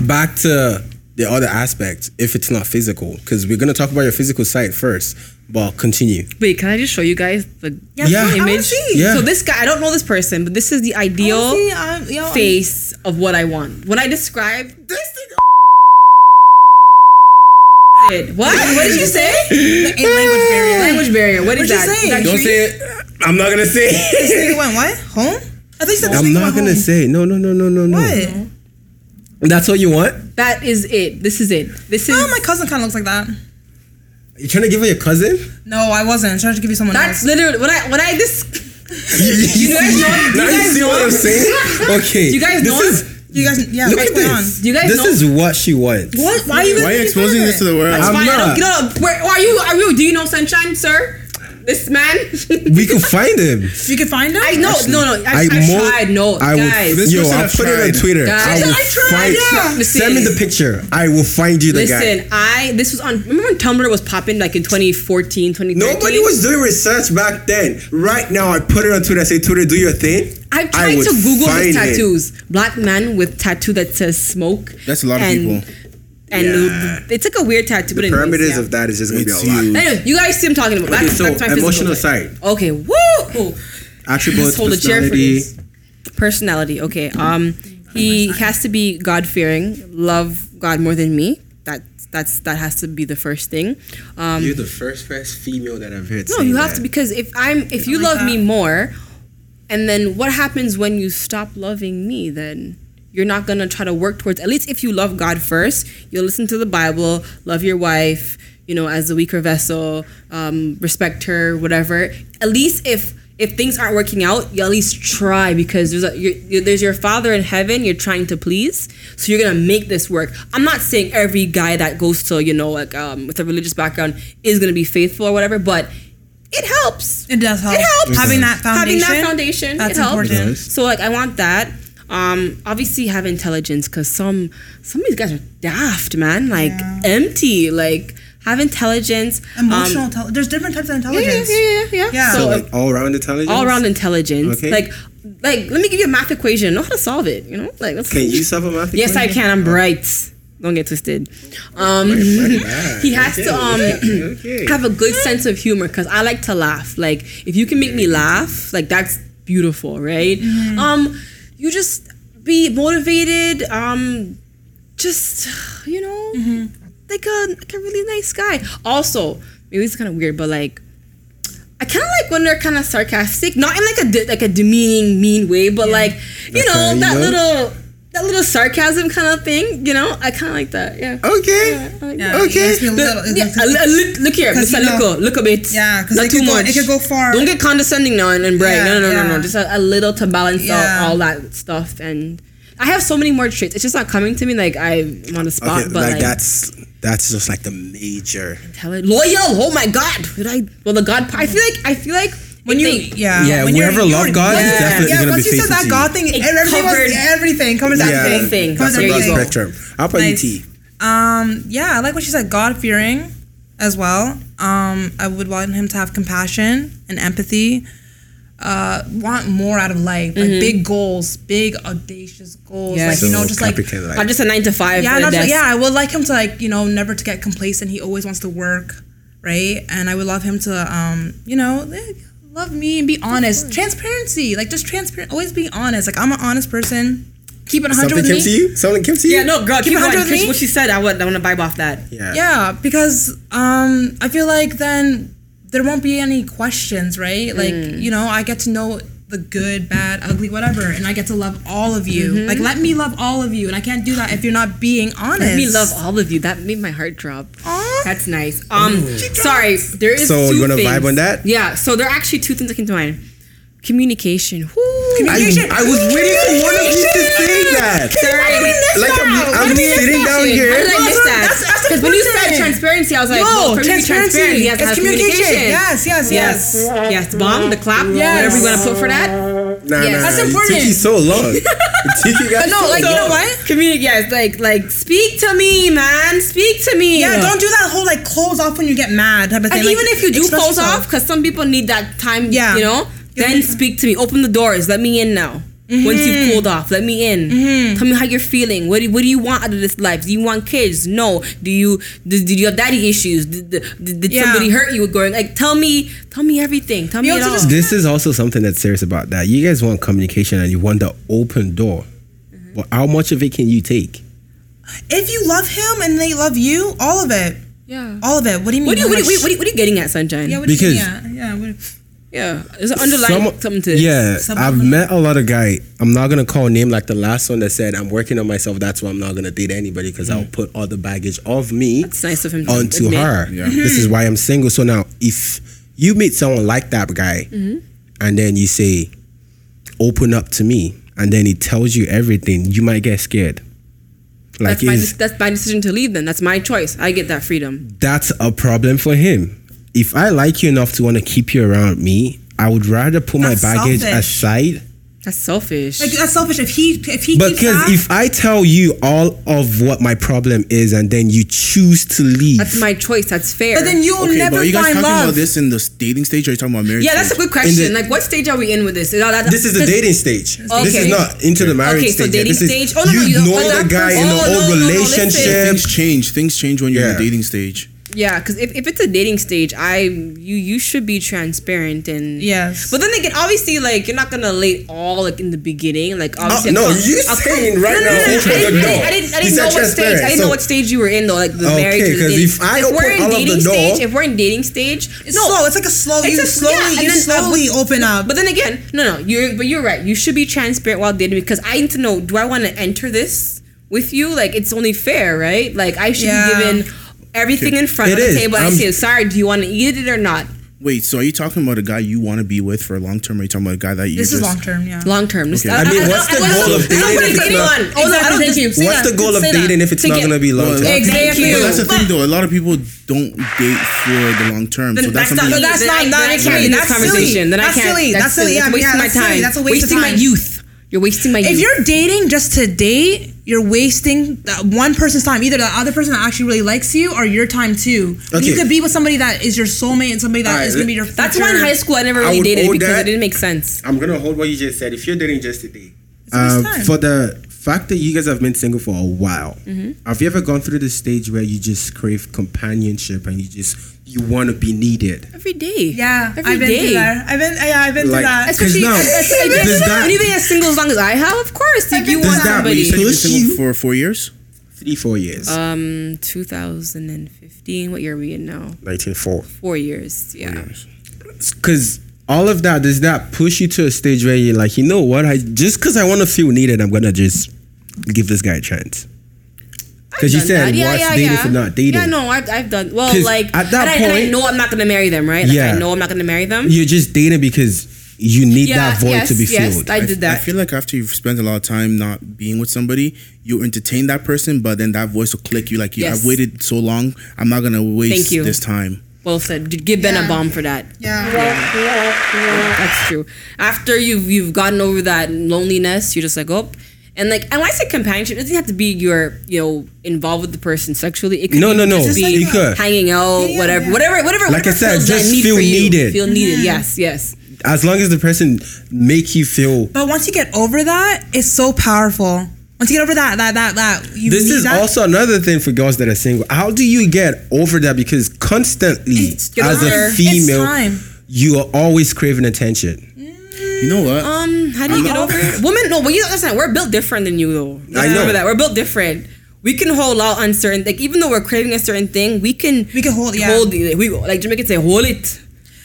Speaker 2: back to the other aspect. If it's not physical, because we're gonna talk about your physical side first. But continue.
Speaker 3: Wait, can I just show you guys the
Speaker 2: Yeah. I wanna
Speaker 3: image?
Speaker 5: see.
Speaker 2: Yeah.
Speaker 3: So this guy, I don't know this person, but this is the ideal
Speaker 5: Oh, See, I'm, yo, I'm-
Speaker 3: face of what I want. When I describe this *laughs* thing. What? What did you say?
Speaker 5: *laughs* the eight language barrier.
Speaker 3: Language barrier. What is
Speaker 5: What'd you
Speaker 3: that?
Speaker 5: say?
Speaker 3: Is that
Speaker 2: Don't
Speaker 3: tree?
Speaker 2: say it. I'm not gonna say.
Speaker 5: This
Speaker 2: it.
Speaker 5: nigga went what? Home? I think that's
Speaker 2: I'm not gonna say. it. No, no, no, no, no, no.
Speaker 5: What?
Speaker 2: That's what you want.
Speaker 3: That is it. This is it. This is
Speaker 5: Oh, my cousin kind of looks like that.
Speaker 2: You trying to give her your cousin? *laughs*
Speaker 5: No, I wasn't. I tried to give you someone
Speaker 3: that's
Speaker 5: else.
Speaker 3: literally when I when I this
Speaker 2: You, you,
Speaker 3: guys
Speaker 2: see-
Speaker 3: know- you
Speaker 2: now you
Speaker 3: guys
Speaker 2: see what I'm saying? Okay.
Speaker 3: Do you guys
Speaker 2: this
Speaker 3: know-
Speaker 2: is
Speaker 5: You guys, yeah,
Speaker 2: look
Speaker 5: what's
Speaker 2: at
Speaker 5: going on?
Speaker 2: this.
Speaker 3: Do you guys
Speaker 2: this
Speaker 3: know-
Speaker 2: is what she wants.
Speaker 5: What? Why are you guys?
Speaker 4: Why are you
Speaker 5: making fun
Speaker 4: exposing
Speaker 5: of
Speaker 4: this to
Speaker 5: it?
Speaker 4: the world?
Speaker 2: I'm
Speaker 3: Fine, I
Speaker 2: not.
Speaker 3: don't, you know, where, are you? Are you? Do you know Sunshine, sir? This man? *laughs*
Speaker 2: We could find him.
Speaker 5: You can find him.
Speaker 3: I know. No, no. I, I,
Speaker 2: mo-
Speaker 3: tried. No,
Speaker 2: I will,
Speaker 3: guys.
Speaker 4: This
Speaker 2: yo,
Speaker 4: person
Speaker 2: I'll
Speaker 4: has
Speaker 2: put it
Speaker 4: tried.
Speaker 2: on Twitter.
Speaker 3: Guys.
Speaker 2: I will
Speaker 3: I tried,
Speaker 2: find.
Speaker 3: yeah. Listen.
Speaker 2: Send me the picture. I will find you the guy.
Speaker 3: Listen, I this was on. Remember when Tumblr was popping like in 2014, 2013?
Speaker 2: Nobody was doing research back then. Right now, I put it on Twitter. I say, Twitter, do your thing.
Speaker 3: I've
Speaker 2: I
Speaker 3: tried
Speaker 2: would
Speaker 3: to Google
Speaker 2: find
Speaker 3: his
Speaker 2: him.
Speaker 3: tattoos. Black man with tattoo that says smoke.
Speaker 4: That's a lot of
Speaker 3: and-
Speaker 4: people.
Speaker 3: And
Speaker 2: Yeah.
Speaker 3: it's like a weird tattoo,
Speaker 2: The
Speaker 3: but anyways,
Speaker 2: parameters
Speaker 3: yeah.
Speaker 2: of that is just gonna
Speaker 4: It's
Speaker 2: be a lot.
Speaker 4: you.
Speaker 3: Anyway, you guys see what I'm talking about.
Speaker 2: Okay,
Speaker 3: That's,
Speaker 2: so
Speaker 3: that's my physical
Speaker 2: emotional
Speaker 3: side.
Speaker 2: side.
Speaker 3: Okay, woo. Oh,
Speaker 2: Attributes,
Speaker 3: just hold a chair for
Speaker 2: personality.
Speaker 3: this. Personality. Okay. Um, he has to be God fearing, love God more than me. That that's that has to be the first thing. Um,
Speaker 2: You're the first first female that I've heard.
Speaker 3: No, you have to because if I'm if you love me more, and then what happens when you stop loving me? Then you're not gonna try to work towards. At least if you love God first, you'll listen to the Bible, love your wife, you know, as a weaker vessel, um, respect her, whatever. At least if if things aren't working out, you at least try because there's a, you're, you there's your father in heaven you're trying to please, so you're gonna make this work. I'm not saying every guy that goes to you know like um, with a religious background is gonna be faithful or whatever, but it helps.
Speaker 5: It does help.
Speaker 3: It helps.
Speaker 5: Having that
Speaker 3: Having
Speaker 5: foundation.
Speaker 3: that foundation,
Speaker 5: That's
Speaker 3: it helps.
Speaker 5: important.
Speaker 3: So like, I want that. Um, obviously have intelligence because some some of these guys are daft, man. Like empty. Like have intelligence. um,
Speaker 5: Emotional. intel- There's different types of
Speaker 3: yeah, yeah,
Speaker 5: intelligence.
Speaker 3: yeah, yeah, yeah.
Speaker 5: Yeah.
Speaker 3: So,
Speaker 5: So,
Speaker 3: like,
Speaker 2: like all round intelligence.
Speaker 3: all around intelligence.
Speaker 2: Okay.
Speaker 3: Like, like let me give you a math equation. Know how to solve it. You know, like that's
Speaker 2: Can you solve a math?
Speaker 3: Yes, I can. I'm bright. Don't get twisted.
Speaker 2: *laughs*
Speaker 3: Um, he has to um,
Speaker 2: okay.
Speaker 3: *clears throat* have a good sense of humor because I like to laugh. Like if you can make me laugh, like that's beautiful, right?
Speaker 2: Mm-hmm.
Speaker 3: Um, you just be motivated. Um, just you know,
Speaker 2: Mm-hmm.
Speaker 3: like a like a really nice guy. Also, maybe it's kind of weird, but like. I kind of like when they're kind of sarcastic, not in like a de- like a demeaning, mean way, but like you
Speaker 2: Okay,
Speaker 3: know
Speaker 2: uh, you
Speaker 3: that
Speaker 2: know?
Speaker 3: little that little sarcasm kind of thing. You know, I kind of like that. Yeah.
Speaker 2: Oh. Okay.
Speaker 3: I like
Speaker 5: Yeah,
Speaker 3: that.
Speaker 5: it
Speaker 2: Okay.
Speaker 5: makes me a little- it
Speaker 3: Yeah,
Speaker 5: makes
Speaker 3: a
Speaker 5: me-
Speaker 3: li- a look, look here,
Speaker 5: 'Cause
Speaker 3: Mr.
Speaker 5: you know-
Speaker 3: Look, look a bit.
Speaker 5: Yeah, 'cause
Speaker 3: not
Speaker 5: it
Speaker 3: too
Speaker 5: could go-
Speaker 3: much.
Speaker 5: it could go far.
Speaker 3: Don't get condescending now and, and bright.
Speaker 5: Yeah,
Speaker 3: no, no, no, no,
Speaker 5: yeah.
Speaker 3: no. Just a, a little to balance
Speaker 5: Yeah.
Speaker 3: out all that stuff. And I have so many more traits. It's just not coming to me. Like I'm on the spot,
Speaker 2: Okay,
Speaker 3: but
Speaker 2: like
Speaker 3: like,
Speaker 2: that's that's just like the major.
Speaker 3: intelligent- loyal. Oh my God! Did I? Well, the God. I feel like I feel like
Speaker 5: When you,
Speaker 3: they-
Speaker 5: yeah,
Speaker 2: Yeah,
Speaker 5: when
Speaker 2: whoever love God is
Speaker 5: yeah.
Speaker 2: definitely
Speaker 5: yeah,
Speaker 2: gonna
Speaker 5: once
Speaker 2: be
Speaker 5: you
Speaker 2: faithful to
Speaker 5: said that
Speaker 2: you.
Speaker 5: God thing,
Speaker 3: It
Speaker 5: everything,
Speaker 3: covered-
Speaker 5: was, everything covers everything.
Speaker 3: Everything.
Speaker 5: Covers
Speaker 3: There you
Speaker 5: everything.
Speaker 3: go.
Speaker 2: spectrum. How about you,
Speaker 5: Nice.
Speaker 2: T?
Speaker 5: Um, yeah, I like what she said. God fearing. as well. Um, I would want him to have compassion and empathy. Uh, want more out of life, like big goals, big audacious goals.
Speaker 3: Yes.
Speaker 5: Like you know,
Speaker 2: So
Speaker 5: just like
Speaker 2: complicated,
Speaker 3: I'm just a nine to five.
Speaker 5: yeah,
Speaker 3: uh,
Speaker 5: not to-
Speaker 3: desk.
Speaker 5: yeah. I would like him to like you know never to get complacent. He always wants to work, right? And I would love him to um you know like, love me and be honest, transparency, like just transparent. Always be honest. Like I'm an honest person. Keep it 100
Speaker 2: Something
Speaker 5: with
Speaker 2: came
Speaker 5: me.
Speaker 2: to you? Something came to you?
Speaker 3: Yeah, no, girl, keep,
Speaker 5: it
Speaker 3: it going.
Speaker 5: 100 with
Speaker 3: 'cause
Speaker 5: me.
Speaker 3: What she said, I would. I want to vibe off that.
Speaker 2: Yeah.
Speaker 5: Yeah, because um, I feel like then there won't be any questions, right? Like
Speaker 3: Mm.
Speaker 5: you know, I get to know the good, bad, ugly, whatever, and I get to love all of you.
Speaker 3: Mm-hmm.
Speaker 5: Like let me love all of you, and I can't do that if you're not being honest.
Speaker 3: Let me love all of you. That made my heart drop.
Speaker 5: Aw.
Speaker 3: That's nice. Um, sorry, there is.
Speaker 2: So,
Speaker 3: two
Speaker 2: you wanna
Speaker 3: things.
Speaker 2: vibe on that?
Speaker 3: Yeah. So there are actually two things that came to mind. Communication. Whoo.
Speaker 2: I, I was waiting for one of
Speaker 5: *laughs*
Speaker 2: you to say that.
Speaker 3: Sorry.
Speaker 2: Like, I'm, I'm sitting down
Speaker 3: How did
Speaker 2: here.
Speaker 3: I miss
Speaker 5: that's-
Speaker 3: that?
Speaker 5: that's
Speaker 3: Because when you said
Speaker 5: important.
Speaker 3: transparency, I was like, well, for me to be transparent, he has to
Speaker 5: It's
Speaker 3: have
Speaker 5: communication. Yes, yes, yes.
Speaker 3: Yes. Yes. Bomb. The clap. Whatever you want to put for that.
Speaker 2: Nah, nah,
Speaker 3: That's
Speaker 2: it
Speaker 5: important.
Speaker 2: took you so
Speaker 3: *laughs*
Speaker 2: long. It took you guys
Speaker 5: No,
Speaker 2: so
Speaker 5: like you
Speaker 2: long.
Speaker 5: know what?
Speaker 3: Communicate. Yes. Like like speak to me, man. Speak to me.
Speaker 5: Yeah, don't do that whole like close off when you get mad type of thing.
Speaker 3: And
Speaker 5: Like,
Speaker 3: even if you do
Speaker 5: express
Speaker 3: close
Speaker 5: yourself.
Speaker 3: off, because some people need that time,
Speaker 5: Yeah.
Speaker 3: you know, then speak to me. Open the doors. Let me in now. Once
Speaker 5: Mm-hmm.
Speaker 3: you've cooled off, let me in. Tell me how you're feeling. What do, what do you want out of this life? Do you want kids? No. Do you did, did you have daddy issues? Did, did, did
Speaker 5: Yeah.
Speaker 3: somebody hurt you growing? Like tell me, tell me everything. Tell
Speaker 5: You
Speaker 3: me it
Speaker 5: also
Speaker 3: all.
Speaker 5: just-
Speaker 2: This is also something that's serious about that. You guys want communication and you want the open door.
Speaker 3: Mm-hmm.
Speaker 2: But how much of it can you take?
Speaker 5: if you love him and they love you, all of it,
Speaker 3: yeah.
Speaker 5: all of it. What do you mean?
Speaker 3: What are you,
Speaker 5: how
Speaker 3: what, are you,
Speaker 5: much-
Speaker 3: what, are you, what are you getting at, Sunshine? Yeah.
Speaker 5: yeah, what do you mean?
Speaker 2: Because-
Speaker 5: Yeah, yeah. what-
Speaker 3: There's an underlying
Speaker 2: Some-
Speaker 3: something to this.
Speaker 2: Yeah,
Speaker 5: Someone-
Speaker 2: I've met a lot of guy. I'm not gonna call name like the last one that said I'm working on myself. That's why I'm not gonna date anybody because I'll put all the baggage of me
Speaker 3: It's nice of Mm. him to Mm-hmm.
Speaker 2: onto
Speaker 3: admit.
Speaker 2: her. This is why I'm single. So now, if you meet someone like that guy,
Speaker 3: Mm-hmm.
Speaker 2: and then you say, "Open up to me," and then he tells you everything, you might get scared. Like
Speaker 3: That's my,
Speaker 2: is-
Speaker 3: that's my decision to leave. Then that's my choice. I get that freedom.
Speaker 2: that's a problem for him. If I like you enough to want to keep you around me, I would rather put
Speaker 5: That's
Speaker 2: my baggage
Speaker 5: selfish.
Speaker 2: aside.
Speaker 3: That's selfish.
Speaker 5: Like that's selfish. If he if he keeps
Speaker 2: Because
Speaker 5: that,
Speaker 2: if I tell you all of what my problem is and then you choose to leave,
Speaker 3: That's my choice. That's fair.
Speaker 5: but then you'll
Speaker 4: Okay,
Speaker 5: Oh, never
Speaker 4: but are you guys
Speaker 5: find
Speaker 4: talking
Speaker 5: love.
Speaker 4: about this in the dating stage or are you talking about marriage?
Speaker 3: yeah, that's a
Speaker 4: stage?
Speaker 3: good question.
Speaker 2: the-
Speaker 3: like, what stage are we in with this? Is all that-
Speaker 2: this is the
Speaker 3: because-
Speaker 2: dating stage. This
Speaker 3: Okay.
Speaker 2: is not into the marriage
Speaker 3: Okay, so
Speaker 2: stage. yet.
Speaker 3: dating
Speaker 2: This is-
Speaker 3: stage- oh, no, no, you
Speaker 2: you
Speaker 3: don't-
Speaker 2: know
Speaker 3: oh,
Speaker 2: the
Speaker 3: that
Speaker 2: guy
Speaker 3: person-
Speaker 2: in the
Speaker 3: oh, no,
Speaker 2: old
Speaker 3: no, no, listen.
Speaker 2: relationship.
Speaker 4: Things change. Things change when you're in
Speaker 2: Yeah.
Speaker 4: the dating stage.
Speaker 3: Yeah, because if, if it's a dating stage, I you you should be transparent and
Speaker 5: Yes.
Speaker 3: But then again, obviously, like you're not gonna lay all like in the beginning. Like
Speaker 2: Oh,
Speaker 3: obviously,
Speaker 2: no,
Speaker 3: I'll-
Speaker 2: you
Speaker 3: I'll-
Speaker 2: saying right
Speaker 3: No,
Speaker 2: now.
Speaker 3: no, no, no,
Speaker 2: open the
Speaker 3: I didn't, I
Speaker 2: door.
Speaker 3: didn't, I didn't, I
Speaker 2: You
Speaker 3: didn't
Speaker 2: said
Speaker 3: know what stage. I
Speaker 2: transparent.
Speaker 3: didn't
Speaker 2: So-
Speaker 3: know what stage you were in though. Like the
Speaker 2: Okay,
Speaker 3: marriage. or the
Speaker 2: 'cause
Speaker 3: dating.
Speaker 2: if I
Speaker 3: we're
Speaker 2: open
Speaker 3: in
Speaker 2: all of the
Speaker 3: dating
Speaker 2: door-
Speaker 3: stage, if we're in dating stage,
Speaker 5: It's slow. It's like a slow.
Speaker 3: It's
Speaker 5: you
Speaker 3: a-
Speaker 5: slowly,
Speaker 3: yeah, and
Speaker 5: you
Speaker 3: then, uh,
Speaker 5: slowly open up.
Speaker 3: But then again, no, no, you're but you're right. You should be transparent while dating because I need to know: do I want to enter this with you? Like it's only fair, right? Like I should
Speaker 5: Yeah. Um,
Speaker 3: be given everything in front
Speaker 2: It
Speaker 3: of the
Speaker 2: is.
Speaker 3: table. I
Speaker 2: I'm-
Speaker 3: say, sorry, do you want to eat it or not?
Speaker 4: Wait, so are you talking about a guy you want to be with for long term? Or are you talking about a guy that you
Speaker 5: this is
Speaker 4: just-
Speaker 5: long term. Yeah.
Speaker 3: Long term. This-
Speaker 4: Okay. I
Speaker 2: mean, what's the
Speaker 3: wasn't-
Speaker 2: goal of
Speaker 3: I don't
Speaker 2: dating
Speaker 3: wanna
Speaker 2: if it's
Speaker 3: date
Speaker 2: not-
Speaker 3: anyone. Oh, no, I don't think you.
Speaker 2: What's the goal of dating if it's
Speaker 3: To
Speaker 2: not
Speaker 3: get-
Speaker 2: going to be
Speaker 4: Well,
Speaker 2: long
Speaker 4: a lot of
Speaker 2: term?
Speaker 4: people-
Speaker 3: Exactly.
Speaker 4: But that's the
Speaker 3: But-
Speaker 4: thing, though. A lot of people don't date for the long term. So
Speaker 3: Then
Speaker 4: that's,
Speaker 3: not-
Speaker 4: something.
Speaker 5: No,
Speaker 4: that-
Speaker 5: that's
Speaker 3: then
Speaker 5: not-
Speaker 3: I-
Speaker 5: that
Speaker 3: then I can't
Speaker 5: is silly.
Speaker 3: do this
Speaker 5: That's silly.
Speaker 3: conversation. Then I
Speaker 5: That's
Speaker 3: can't-
Speaker 5: silly. That's silly.
Speaker 3: That's
Speaker 5: Yeah,
Speaker 3: wasting my
Speaker 5: that's silly.
Speaker 3: time.
Speaker 5: That's a waste of
Speaker 3: wasting my
Speaker 5: time.
Speaker 3: youth. You're wasting my youth.
Speaker 5: If you're dating just to date, you're wasting that one person's time. Either the other person that actually really likes you, or your time too. When You
Speaker 2: Okay.
Speaker 5: could be with somebody that is your soulmate and somebody that
Speaker 2: Alright,
Speaker 5: is gonna be your.
Speaker 3: that's
Speaker 5: future-
Speaker 3: why in high school I never really
Speaker 2: would
Speaker 3: dated
Speaker 2: owe
Speaker 3: because it
Speaker 2: that-
Speaker 3: didn't make sense.
Speaker 2: I'm gonna hold what you just said. If you're dating just today,
Speaker 5: waste
Speaker 2: um,
Speaker 5: of time.
Speaker 2: for the fact that you guys have been single for a while,
Speaker 5: Mm-hmm.
Speaker 2: have you ever gone through the stage where you just crave companionship and you just you want to be needed?
Speaker 3: Every day.
Speaker 5: Yeah,
Speaker 3: Every
Speaker 5: I've been through
Speaker 3: day.
Speaker 5: that. I've been, yeah, I've been
Speaker 2: Like,
Speaker 5: through that.
Speaker 2: Because
Speaker 3: Especially,
Speaker 2: now,
Speaker 3: especially
Speaker 2: does that-
Speaker 3: and even as single as long as I have, of course, like you
Speaker 5: Does
Speaker 3: want
Speaker 2: that-
Speaker 4: Wait, you said
Speaker 3: somebody.
Speaker 4: you've been
Speaker 2: Push
Speaker 4: single
Speaker 2: you.
Speaker 4: for four years.
Speaker 2: Three four years,
Speaker 5: Uh,
Speaker 3: Um, 2015. What year are we in now?
Speaker 2: nineteen four.
Speaker 3: Four years. Yeah.
Speaker 2: Because all of that does that push you to a stage where you're like, you know what? I just because I want to feel needed, I'm gonna just give this guy a chance. Because you
Speaker 3: Done
Speaker 2: said
Speaker 3: that.
Speaker 2: what's dating for not dating.
Speaker 3: Yeah, no, I've, I've done well.
Speaker 2: 'Cause
Speaker 3: Like
Speaker 2: at that
Speaker 3: and I, and I
Speaker 2: point-
Speaker 3: know I'm not gonna marry them, right? Like,
Speaker 2: Yeah.
Speaker 3: I know I'm not gonna marry them.
Speaker 2: You're just dating because you need that void to be filled.
Speaker 3: Yes, I did that.
Speaker 4: I feel like after you've spent a lot of time not being with somebody, you entertain that person, but then that voice will click you. Like, you,
Speaker 3: Yes.
Speaker 4: I've waited so long, I'm not gonna
Speaker 3: Thank
Speaker 4: waste
Speaker 3: you.
Speaker 4: this time.
Speaker 3: well said. D- Give Ben a bomb for that.
Speaker 5: Yeah.
Speaker 3: That's true. After you've you've gotten over that loneliness, you're just like, oh, And like, and when I say companionship, it doesn't have to be your, you know, involved with the person sexually. It could
Speaker 8: No,
Speaker 3: be
Speaker 8: no, no.
Speaker 3: just
Speaker 8: It's just
Speaker 3: be
Speaker 8: like a-
Speaker 3: hanging out, whatever, whatever, whatever.
Speaker 8: Like I
Speaker 3: whatever
Speaker 8: said,
Speaker 3: fills that
Speaker 8: just
Speaker 3: need
Speaker 8: feel
Speaker 3: for you.
Speaker 8: needed.
Speaker 3: Feel needed. Yes, yes.
Speaker 8: As long as the person make you feel
Speaker 5: But once you get over that, it's so powerful. Once you get over that, that, that, that, you
Speaker 8: this
Speaker 5: need
Speaker 8: is
Speaker 5: that.
Speaker 8: also another thing for girls that are single. How do you get over that? Because constantly,
Speaker 5: It's
Speaker 8: as
Speaker 5: time.
Speaker 8: a
Speaker 5: It's
Speaker 8: female,
Speaker 5: time.
Speaker 8: you are always craving attention.
Speaker 4: You know what?
Speaker 3: Um, how do you get over it? Women, no, but you don't understand. We're built different than you, though. You
Speaker 8: I
Speaker 3: Remember
Speaker 8: know.
Speaker 3: that we're built different. We can hold out on certain, like even though we're craving a certain thing, we can
Speaker 5: We can hold- yeah.
Speaker 3: hold it. We like Jamaican say, hold it,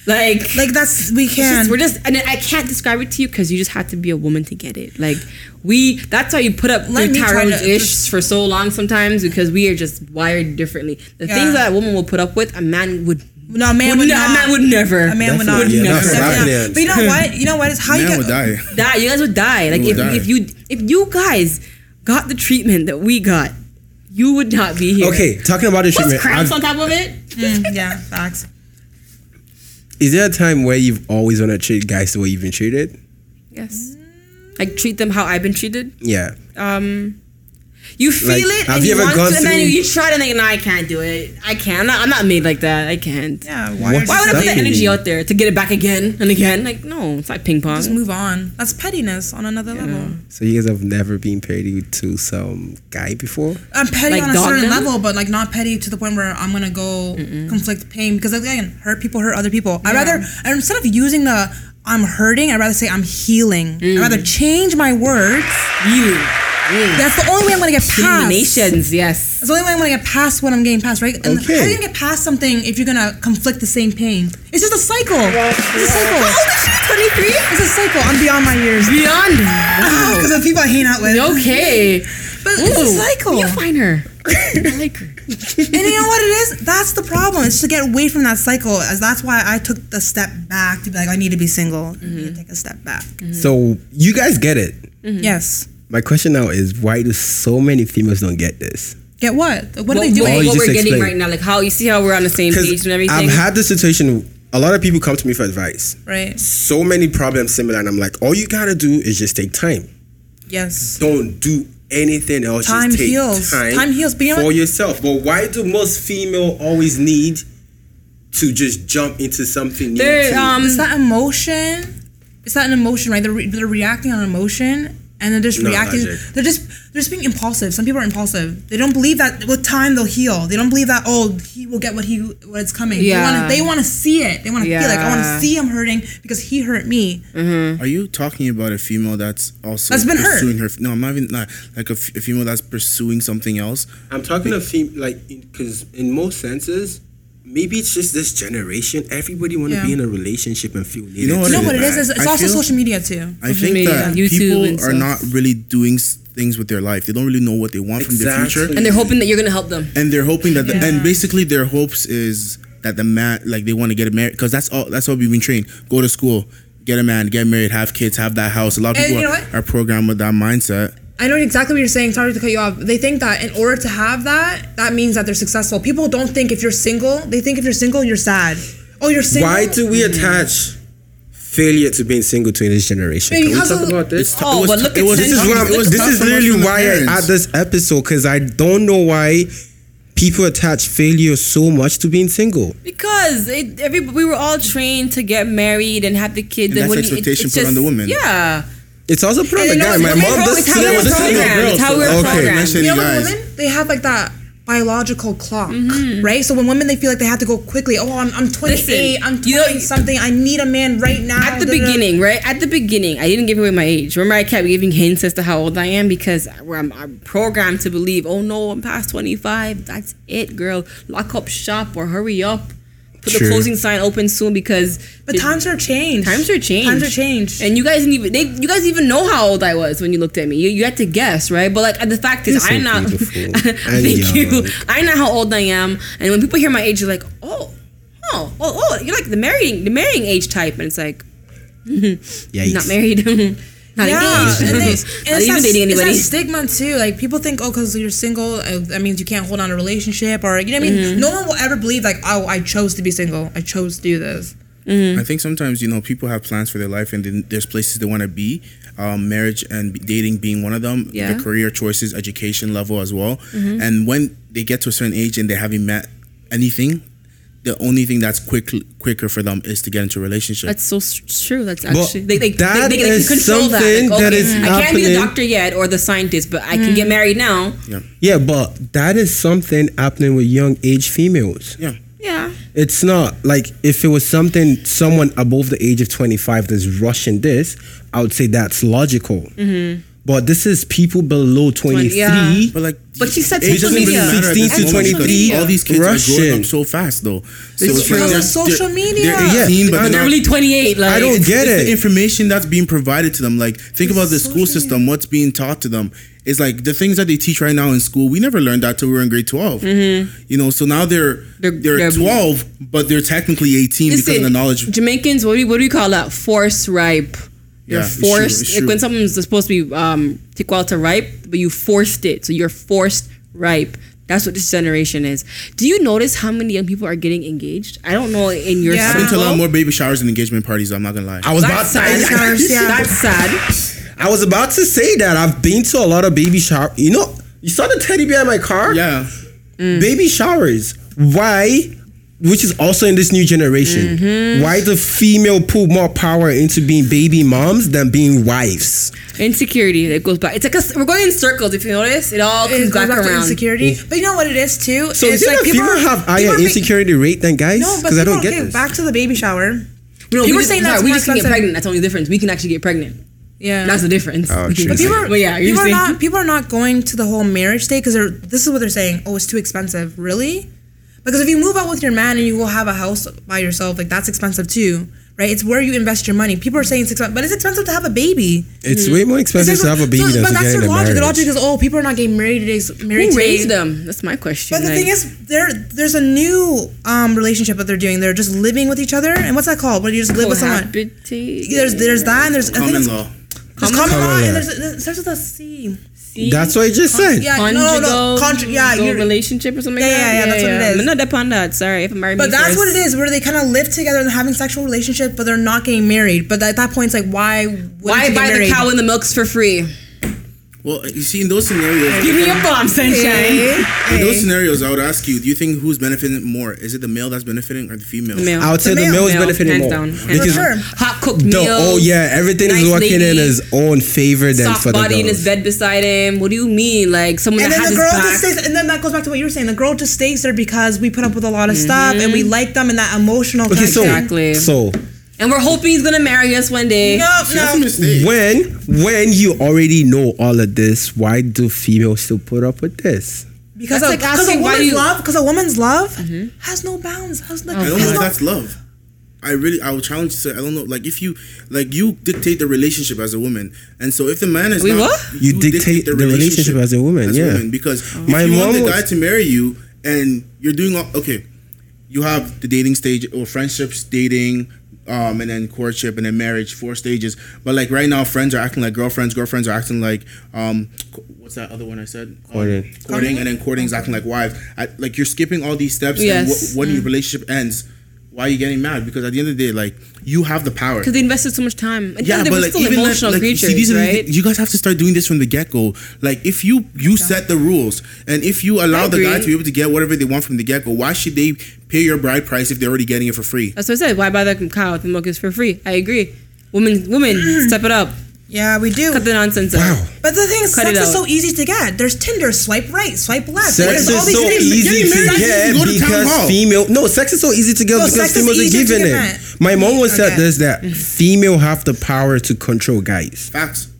Speaker 3: like
Speaker 5: like that's we
Speaker 3: It's
Speaker 5: can.
Speaker 3: just- we're just, and I can't describe it to you because you just had to be a woman to get it. Like we, that's why you put up
Speaker 5: Let
Speaker 3: with
Speaker 5: me try to-
Speaker 3: tarot ish for so long sometimes because we are just wired differently. The things
Speaker 5: Yeah.
Speaker 3: that a woman will put up with, a man would.
Speaker 5: no, a man would,
Speaker 3: would
Speaker 5: not.
Speaker 3: not- a man would never.
Speaker 5: A man would
Speaker 8: Definitely,
Speaker 5: not.
Speaker 8: yeah,
Speaker 5: Never.
Speaker 8: that's
Speaker 5: Definitely
Speaker 8: right.
Speaker 5: not. But you know what? You know what? It's how you
Speaker 4: Man
Speaker 5: get.
Speaker 4: would die.
Speaker 3: die. You guys would die. Like
Speaker 4: would
Speaker 3: if,
Speaker 4: die.
Speaker 3: if you if you guys got the treatment that we got, you would not be here.
Speaker 8: Okay, talking about the
Speaker 3: What's
Speaker 8: treatment.
Speaker 3: cramps
Speaker 8: I've-
Speaker 3: on top of it?
Speaker 5: Mm, yeah, facts.
Speaker 8: Is there a time where you've always wanted to treat guys the way you've been treated?
Speaker 3: Yes. Like treat them how I've been treated.
Speaker 8: Yeah.
Speaker 3: Um, you feel
Speaker 8: Like,
Speaker 3: it
Speaker 8: have
Speaker 3: and
Speaker 8: you
Speaker 3: you,
Speaker 8: ever
Speaker 3: want
Speaker 8: gone
Speaker 3: to, and then
Speaker 8: through-
Speaker 3: you try to think, no, I can't do it. I can't. I'm not, I'm not made like that. I can't.
Speaker 5: Yeah, why?
Speaker 8: What's
Speaker 3: Why would I
Speaker 8: up
Speaker 3: put that
Speaker 8: with
Speaker 3: energy
Speaker 8: you?
Speaker 3: out there to get it back again and again? Like, no, it's like ping pong.
Speaker 5: Just move on. That's pettiness on another level.
Speaker 8: So you guys have never been petty to some guy before?
Speaker 5: I'm petty
Speaker 3: Like
Speaker 5: on a
Speaker 3: dog
Speaker 5: certain
Speaker 3: them?
Speaker 5: level, but like not petty to the point where I'm gonna go conflict pain because again, hurt people hurt other people. I rather instead of using the I'm hurting, I'd rather say I'm healing. I'd
Speaker 3: Mm.
Speaker 5: rather change my words.
Speaker 3: You.
Speaker 5: That's the only way I'm gonna get past.
Speaker 3: Denominations, yes.
Speaker 5: That's the only way I'm gonna get past what I'm getting past, right? And
Speaker 8: Okay.
Speaker 5: how are you gonna get past something if you're gonna conflict the same pain? It's just a cycle. It's a cycle. How old is she? 23? It's a cycle. I'm beyond my years.
Speaker 3: Beyond. Wow.
Speaker 5: Because of people I hang out with.
Speaker 3: Okay.
Speaker 5: But it's a cycle.
Speaker 3: You find her. I like her.
Speaker 5: And you know what it is? That's the problem. It's to get away from that cycle. As that's why I took the step back to be like, I need to be single. I
Speaker 3: Mm-hmm.
Speaker 5: need to take a step back.
Speaker 8: So you guys get it.
Speaker 5: Yes.
Speaker 8: My question now is why do so many females don't get this?
Speaker 5: Get what? Like, What
Speaker 3: What,
Speaker 5: are they doing?
Speaker 8: Oh, you
Speaker 3: what
Speaker 8: just
Speaker 3: we're getting
Speaker 8: explained.
Speaker 3: right now, like how you see how we're on the same page
Speaker 8: Because
Speaker 3: and everything.
Speaker 8: I've had this situation. A lot of people come to me for advice.
Speaker 5: Right.
Speaker 8: So many problems similar, and I'm like, all you gotta do is just take time.
Speaker 5: Yes.
Speaker 8: Don't do anything else.
Speaker 5: Time
Speaker 8: just take
Speaker 5: heals.
Speaker 8: Time,
Speaker 5: Time heals, but you know
Speaker 8: for
Speaker 5: what-
Speaker 8: yourself. But why do most female always need to just jump into something new?
Speaker 3: There,
Speaker 8: to-
Speaker 3: um,
Speaker 5: It's that emotion. It's that an emotion, right? They're, re- they're reacting on emotion and they're just
Speaker 8: No,
Speaker 5: reacting.
Speaker 8: logic.
Speaker 5: They're just they're just being impulsive. Some people are impulsive. They don't believe that with time they'll heal. They don't believe that oh he will get what he what is coming. They
Speaker 3: Yeah.
Speaker 5: wanna- They want to see it. They want to feel like I want
Speaker 3: Yeah.
Speaker 5: to see him hurting because he hurt me.
Speaker 3: Mm-hmm.
Speaker 4: Are you talking about a female that's also
Speaker 5: That's been hurt.
Speaker 4: pursuing her? No, I'm not even not, like a, f- a female that's pursuing something else.
Speaker 8: I'm talking of fem- like because in most senses, maybe it's just this generation. Everybody want to
Speaker 5: Yeah.
Speaker 8: be in a relationship and feel needed.
Speaker 4: know what
Speaker 8: to
Speaker 5: You know
Speaker 4: Yeah.
Speaker 5: what it is? It's, it's
Speaker 4: I
Speaker 5: also
Speaker 4: feel-
Speaker 5: social media too.
Speaker 4: I think
Speaker 3: media,
Speaker 4: that
Speaker 3: YouTube and
Speaker 4: people are
Speaker 3: stuff.
Speaker 4: not really doing s- things with their life. They don't really know what they want from their
Speaker 8: Exactly.
Speaker 4: future,
Speaker 3: and they're hoping that you're gonna help them.
Speaker 4: and they're hoping that. The, And basically, their hopes is that the man, like they want to get married, because that's all. That's all we've been trained. Go to school, get a man, get married, have kids, have that house. A lot of
Speaker 5: And
Speaker 4: people
Speaker 5: you know
Speaker 4: are,
Speaker 5: what?
Speaker 4: are programmed with that mindset.
Speaker 5: I know exactly what you're saying. Sorry to cut you off. They think that in order to have that, that means that they're successful. People don't think if you're single, they think if you're single, you're sad. Oh, you're single.
Speaker 8: Why do we attach failure to being single to in this generation?
Speaker 5: Maybe
Speaker 8: Can we
Speaker 5: because
Speaker 8: talk
Speaker 5: of-
Speaker 8: about this?
Speaker 4: t-
Speaker 3: Oh, but look at
Speaker 8: this is
Speaker 3: It's
Speaker 8: what
Speaker 3: tough-
Speaker 8: I'm,
Speaker 4: it was
Speaker 8: this
Speaker 4: tough
Speaker 8: is
Speaker 4: for most
Speaker 8: literally
Speaker 4: of the
Speaker 8: why I add
Speaker 4: parents.
Speaker 8: this episode because I don't know why people attach failure so much to being single.
Speaker 3: Because it, every we were all trained to get married and have the kids,
Speaker 4: And that's
Speaker 3: when
Speaker 4: expectation put on the women.
Speaker 3: Yeah,
Speaker 8: It's also put on the
Speaker 3: And
Speaker 8: guy.
Speaker 3: no,
Speaker 8: My
Speaker 3: it's
Speaker 8: mom
Speaker 3: how
Speaker 8: does
Speaker 3: we're
Speaker 8: today was a single
Speaker 3: programmed.
Speaker 8: girl.
Speaker 3: It's how we're
Speaker 8: so-
Speaker 3: programmed.
Speaker 4: mention
Speaker 5: You know,
Speaker 4: guys.
Speaker 5: with women, they have like that biological clock, right? So when women, they feel like they have to go quickly. Oh, I'm, I'm 28,
Speaker 3: Mm-hmm. Listen,
Speaker 5: I'm 20
Speaker 3: you know-
Speaker 5: something. I need a man right now.
Speaker 3: at the
Speaker 5: Da, da, da.
Speaker 3: beginning, right? At the beginning, I didn't give away my age. Remember, I kept giving hints as to how old I am because I'm, I'm programmed to believe, oh no, I'm past 25. That's it, girl. Lock up shop or hurry up. Put
Speaker 8: True.
Speaker 3: the closing sign open soon because
Speaker 5: But times are changed.
Speaker 3: times are changed.
Speaker 5: Times are changed.
Speaker 3: And you guys didn't even they, you guys even know how old I was when you looked at me. You, you had to guess, right? But like the fact is,
Speaker 8: You're so
Speaker 3: I know.
Speaker 8: beautiful and
Speaker 3: *laughs* thank you.
Speaker 8: young.
Speaker 3: I know how old I am, and when people hear my age, they're like, oh, oh, oh, oh, you're like the marrying the marrying age type, and it's like *laughs*
Speaker 8: Yikes.
Speaker 3: not married. *laughs* Not
Speaker 5: yeah,
Speaker 3: engaged. *laughs*
Speaker 5: and, they, and
Speaker 3: not even
Speaker 5: it's, that,
Speaker 3: dating
Speaker 5: it's
Speaker 3: anybody.
Speaker 5: that stigma too. Like people think, oh, because you're single, uh, that means you can't hold
Speaker 3: Mm-hmm.
Speaker 5: on to a relationship, or you know what I mean. No one will ever believe like, oh, I chose to be single. I chose to do this.
Speaker 3: Mm-hmm.
Speaker 4: I think sometimes you know people have plans for their life, and then there's places they want to be. Um, marriage and b- dating being one of them.
Speaker 3: Yeah. Mm-hmm.
Speaker 4: The career choices, education level as well. And when they get to a certain age and they haven't met anything, the only thing that's quick quicker for them is to get into a relationship.
Speaker 3: That's so s- true. That's
Speaker 2: Well,
Speaker 3: actually they they,
Speaker 2: that
Speaker 3: they, they, they
Speaker 2: is
Speaker 3: can control that. Like,
Speaker 2: something that
Speaker 3: okay, Mm.
Speaker 2: is
Speaker 3: I can't be the
Speaker 2: happening.
Speaker 3: doctor yet or the scientist, but I can get married now.
Speaker 2: Yeah, but that is something happening with young age females.
Speaker 4: yeah.
Speaker 3: Yeah,
Speaker 2: It's not like if it was something someone above the age of 25 that's rushing this, I would say that's logical.
Speaker 5: Mm-hmm.
Speaker 2: But this is people below 23.
Speaker 3: yeah.
Speaker 4: But like,
Speaker 3: But she said
Speaker 4: it doesn't
Speaker 3: social media.
Speaker 4: matter at
Speaker 2: 16
Speaker 4: this
Speaker 2: to
Speaker 4: moment because
Speaker 2: 23,
Speaker 4: All these kids are growing
Speaker 2: Russian.
Speaker 4: up so fast, though. So
Speaker 2: It's
Speaker 4: like
Speaker 2: true.
Speaker 4: they're-
Speaker 5: Because of social
Speaker 4: they're-
Speaker 5: media.
Speaker 4: They're 18,
Speaker 2: Yeah.
Speaker 4: but they're
Speaker 3: they're
Speaker 4: not-
Speaker 3: really 28. Like
Speaker 2: I don't
Speaker 4: it's,
Speaker 2: get
Speaker 4: it's
Speaker 2: it.
Speaker 4: the information that's being provided to them. Like, think about the school system, what's being taught to them. It's like the things that they teach right now in school. We never learned that till we were in grade 12 You know, so now they're
Speaker 3: Mm-hmm. They're-
Speaker 4: they're,
Speaker 3: they're-
Speaker 4: twelve, but they're technically eighteen
Speaker 3: Listen,
Speaker 4: because of the knowledge.
Speaker 3: Jamaicans, what do you, what do you call that? Force ripe. You're
Speaker 4: Yeah, it's true,
Speaker 3: forced
Speaker 4: it's
Speaker 3: like,
Speaker 4: true.
Speaker 3: when something's supposed to be um tikwal to ripe, but you forced it, so you're forced ripe. That's what this generation is. Do you notice how many young people are getting engaged? I don't know in your
Speaker 5: Yeah.
Speaker 4: I've been to a lot
Speaker 3: circle.
Speaker 4: more baby showers and engagement parties. I'm not gonna lie.
Speaker 2: I was
Speaker 3: That's
Speaker 2: about
Speaker 3: sad. That's sad.
Speaker 2: I was about to say that I've been to a lot of baby shower. You know, you saw the teddy bear in my car.
Speaker 4: yeah,
Speaker 5: Mm.
Speaker 2: baby showers. Why? Which is also in this new generation.
Speaker 5: Mm-hmm.
Speaker 2: Why do female put more power into being baby moms than being wives?
Speaker 3: Insecurity. It goes back. It's like a, we're going in circles. If you notice, it all comes
Speaker 5: It goes
Speaker 3: back,
Speaker 5: back to
Speaker 3: around.
Speaker 5: insecurity. But you know what it is too?
Speaker 2: So
Speaker 5: it's
Speaker 2: did
Speaker 5: like
Speaker 2: a
Speaker 5: people
Speaker 2: female
Speaker 5: are-
Speaker 2: have
Speaker 5: people
Speaker 2: higher
Speaker 5: are being-
Speaker 2: insecurity rate than guys?
Speaker 5: No, Oh, but
Speaker 2: Because I don't
Speaker 5: people-
Speaker 2: get
Speaker 5: okay,
Speaker 2: this.
Speaker 5: Back to the baby shower.
Speaker 3: No,
Speaker 5: You
Speaker 3: we
Speaker 5: were
Speaker 3: just-
Speaker 5: saying
Speaker 3: sorry,
Speaker 5: that's
Speaker 3: we
Speaker 5: more
Speaker 3: just can get
Speaker 5: expensive.
Speaker 3: pregnant. That's the only difference. We can actually get pregnant.
Speaker 5: Yeah.
Speaker 3: That's the difference.
Speaker 4: Oh, true.
Speaker 5: But people are,
Speaker 3: Well, yeah, you're
Speaker 5: people are
Speaker 3: saying-
Speaker 5: not people are not going to the whole marriage day because they're this is what they're saying. Oh, it's too expensive. Really? Because if you move out with your man and you will have a house by yourself, like that's expensive too, right? It's where you invest your money. People are saying it's expensive, but it's expensive to have a baby.
Speaker 2: It's way more
Speaker 5: It's
Speaker 2: expensive to have a baby
Speaker 5: so-
Speaker 2: than
Speaker 5: but
Speaker 2: to
Speaker 5: that's
Speaker 2: get in
Speaker 5: their
Speaker 2: a
Speaker 5: logic. The
Speaker 2: marriage.
Speaker 5: logic is, oh, people are not getting married today's married
Speaker 3: Who
Speaker 5: today.
Speaker 3: raised them? That's my question.
Speaker 5: But the
Speaker 3: Like,
Speaker 5: thing is, there there's a new um, relationship that they're doing. They're just living with each other, and what's that called? Where you just live with someone.
Speaker 3: cohabitate-
Speaker 5: There's there's that, and there's I think
Speaker 4: common
Speaker 5: it's-
Speaker 4: law.
Speaker 5: there's common,
Speaker 2: Common
Speaker 5: law,
Speaker 2: law.
Speaker 5: and there's, there's there's a C.
Speaker 2: That's what I just said.
Speaker 5: Yeah,
Speaker 3: conjugal,
Speaker 5: no, no, no, contra- yeah,
Speaker 3: legal
Speaker 5: you're,
Speaker 3: relationship or something.
Speaker 5: Yeah,
Speaker 3: like that?
Speaker 5: yeah, yeah, that's what it is.
Speaker 3: But not upon that. Sorry, if I'm married.
Speaker 5: But
Speaker 3: me
Speaker 5: that's
Speaker 3: first.
Speaker 5: what it is, where they kind of live together and having sexual relationship, but they're not getting married. But at that point, it's like, why? wouldn't you
Speaker 3: Why
Speaker 5: get
Speaker 3: buy the
Speaker 5: married?
Speaker 3: cow and the milks for free?
Speaker 4: Well, you see, in those scenarios,
Speaker 3: Give me a bomb, sunshine.
Speaker 4: in those scenarios, I would ask you: Do you think who's benefiting more? Is it the male that's benefiting or the female?
Speaker 3: Male.
Speaker 2: I would say the
Speaker 5: The male-
Speaker 2: male is
Speaker 3: Male,
Speaker 2: benefiting
Speaker 3: hands
Speaker 2: more
Speaker 3: down, hands
Speaker 2: because
Speaker 5: down.
Speaker 3: Hot cooked
Speaker 2: the,
Speaker 3: meal.
Speaker 2: oh yeah, everything
Speaker 3: nice
Speaker 2: is working in
Speaker 3: lady,
Speaker 2: his own favor than
Speaker 3: Soft
Speaker 2: for the
Speaker 3: body in his
Speaker 2: girls.
Speaker 3: bed beside him. What do you mean? Like someone
Speaker 5: And
Speaker 3: that
Speaker 5: then
Speaker 3: has
Speaker 5: the
Speaker 3: his
Speaker 5: girl
Speaker 3: back.
Speaker 5: just stays, and then that goes back to what you were saying. The girl just stays there because we put up with a
Speaker 3: Mm-hmm.
Speaker 5: lot of stuff and we like them and that emotional.
Speaker 2: Okay,
Speaker 5: connection.
Speaker 2: so
Speaker 3: Exactly.
Speaker 2: so
Speaker 3: and we're hoping he's gonna marry us one day.
Speaker 5: no,
Speaker 4: See, that's a
Speaker 5: no.
Speaker 4: mistake.
Speaker 2: when when you already know all of this, why do females still put up with this?
Speaker 5: Because
Speaker 3: That's
Speaker 5: a,
Speaker 3: like
Speaker 5: because a
Speaker 3: asking why
Speaker 5: woman's
Speaker 3: you- Mm-hmm. Oh,
Speaker 5: love, because a woman's love has no bounds. Has no,
Speaker 4: I don't
Speaker 5: has
Speaker 4: know if
Speaker 5: no-
Speaker 4: that's love. I really, I would challenge you. to say, I don't know. Like if you, like you dictate the relationship as a woman, and so if the man is
Speaker 3: We
Speaker 4: not,
Speaker 3: what?
Speaker 2: You dictate the relationship as a woman, yeah.
Speaker 4: because if
Speaker 2: My
Speaker 4: you want
Speaker 2: mom
Speaker 4: the
Speaker 2: was-
Speaker 4: guy to marry you, and you're doing all okay, you have the dating stage or friendships, dating, um, and then courtship, and then marriage, four stages. But like right now, friends are acting like girlfriends. Girlfriends are acting like, um, co- what's that other one I said?
Speaker 2: Courting.
Speaker 4: Um, courting, and then courting's acting like wives. I, like you're skipping all these steps. And
Speaker 3: Yes.
Speaker 4: wh- when your relationship ends, why are you getting mad? Because at the end of the day, like you have the power.
Speaker 3: Because they invested so much time. And
Speaker 4: Yeah,
Speaker 3: they
Speaker 4: but
Speaker 3: were
Speaker 4: like
Speaker 3: still
Speaker 4: even like,
Speaker 3: emotional
Speaker 4: like
Speaker 3: creatures,
Speaker 4: see, these are the-
Speaker 3: right?
Speaker 4: you guys have to start doing this from the get go. Like if you you set the rules and if you allow the guy
Speaker 3: agree.
Speaker 4: to be able to get whatever they want from the get go, why should they pay your bride price if they're already getting it for free?
Speaker 3: That's what I said. Why buy the cow if the milk is for free? I agree. Women, women, step it up.
Speaker 5: yeah, we do.
Speaker 3: Cut the nonsense
Speaker 2: Wow.
Speaker 3: out.
Speaker 5: But the thing is,
Speaker 3: Cut
Speaker 5: sex
Speaker 3: it
Speaker 5: is
Speaker 3: out.
Speaker 5: so easy to get. There's Tinder, swipe right, swipe left. Like,
Speaker 2: Sex
Speaker 5: there's all
Speaker 2: is
Speaker 5: these
Speaker 2: so
Speaker 5: things.
Speaker 2: easy
Speaker 4: married,
Speaker 2: to
Speaker 4: you
Speaker 2: get
Speaker 4: can go to town
Speaker 2: because
Speaker 4: hall.
Speaker 2: female. Oh. No, sex is so easy to get
Speaker 5: No,
Speaker 2: because
Speaker 5: sex is
Speaker 2: females are
Speaker 5: easier to
Speaker 2: given
Speaker 5: get.
Speaker 2: it. My mom was said
Speaker 5: Okay.
Speaker 2: this that female have the power to control guys.
Speaker 4: Facts.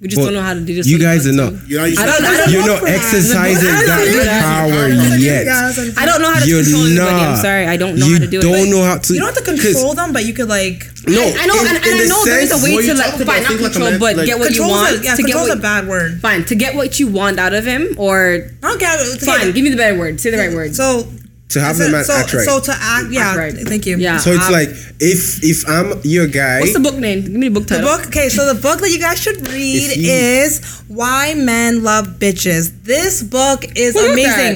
Speaker 3: We just
Speaker 2: But
Speaker 3: don't know how to do this.
Speaker 2: you guys are not.
Speaker 4: You know, you
Speaker 3: I don't, I don't,
Speaker 2: You're not
Speaker 5: for that.
Speaker 2: exercising
Speaker 3: I don't do
Speaker 2: that
Speaker 3: that.
Speaker 2: power
Speaker 4: I don't do
Speaker 2: yet.
Speaker 5: Yeah, that's what I'm
Speaker 3: I don't know how to
Speaker 2: You're
Speaker 3: control
Speaker 2: not.
Speaker 3: anybody. I'm sorry. I don't know
Speaker 2: you
Speaker 3: how to do it.
Speaker 2: don't know how to.
Speaker 5: You don't have to
Speaker 2: 'cause-
Speaker 5: control them, but you could like
Speaker 2: No,
Speaker 3: I, I know,
Speaker 2: in-
Speaker 3: and, and
Speaker 2: in
Speaker 3: I
Speaker 2: the
Speaker 3: know there's a
Speaker 2: sense-
Speaker 3: way
Speaker 4: Well,
Speaker 3: to
Speaker 4: you
Speaker 3: like,
Speaker 4: talked about
Speaker 3: fine, not
Speaker 4: things like a
Speaker 3: control,
Speaker 4: man-
Speaker 3: but
Speaker 4: like-
Speaker 3: get what you
Speaker 5: Control's a-
Speaker 3: want. to
Speaker 5: yeah,
Speaker 3: get
Speaker 5: control's
Speaker 3: what,
Speaker 5: a bad word.
Speaker 3: Fine, to get what you want out of him, or
Speaker 5: I don't care.
Speaker 3: fine, give me the better word. Say the right word.
Speaker 5: So
Speaker 2: To have
Speaker 5: so,
Speaker 2: them at-
Speaker 5: so,
Speaker 2: act right.
Speaker 5: so to act. Yeah,
Speaker 3: Act right.
Speaker 5: thank you.
Speaker 3: Yeah.
Speaker 2: So it's
Speaker 3: Um,
Speaker 2: like if if I'm your guy,
Speaker 3: what's the book name? Give me the book
Speaker 5: The
Speaker 3: title.
Speaker 5: book. Okay, so the book that you guys should read
Speaker 2: If you-
Speaker 5: is Why Men Love Bitches. This book is
Speaker 3: Who wrote
Speaker 5: amazing.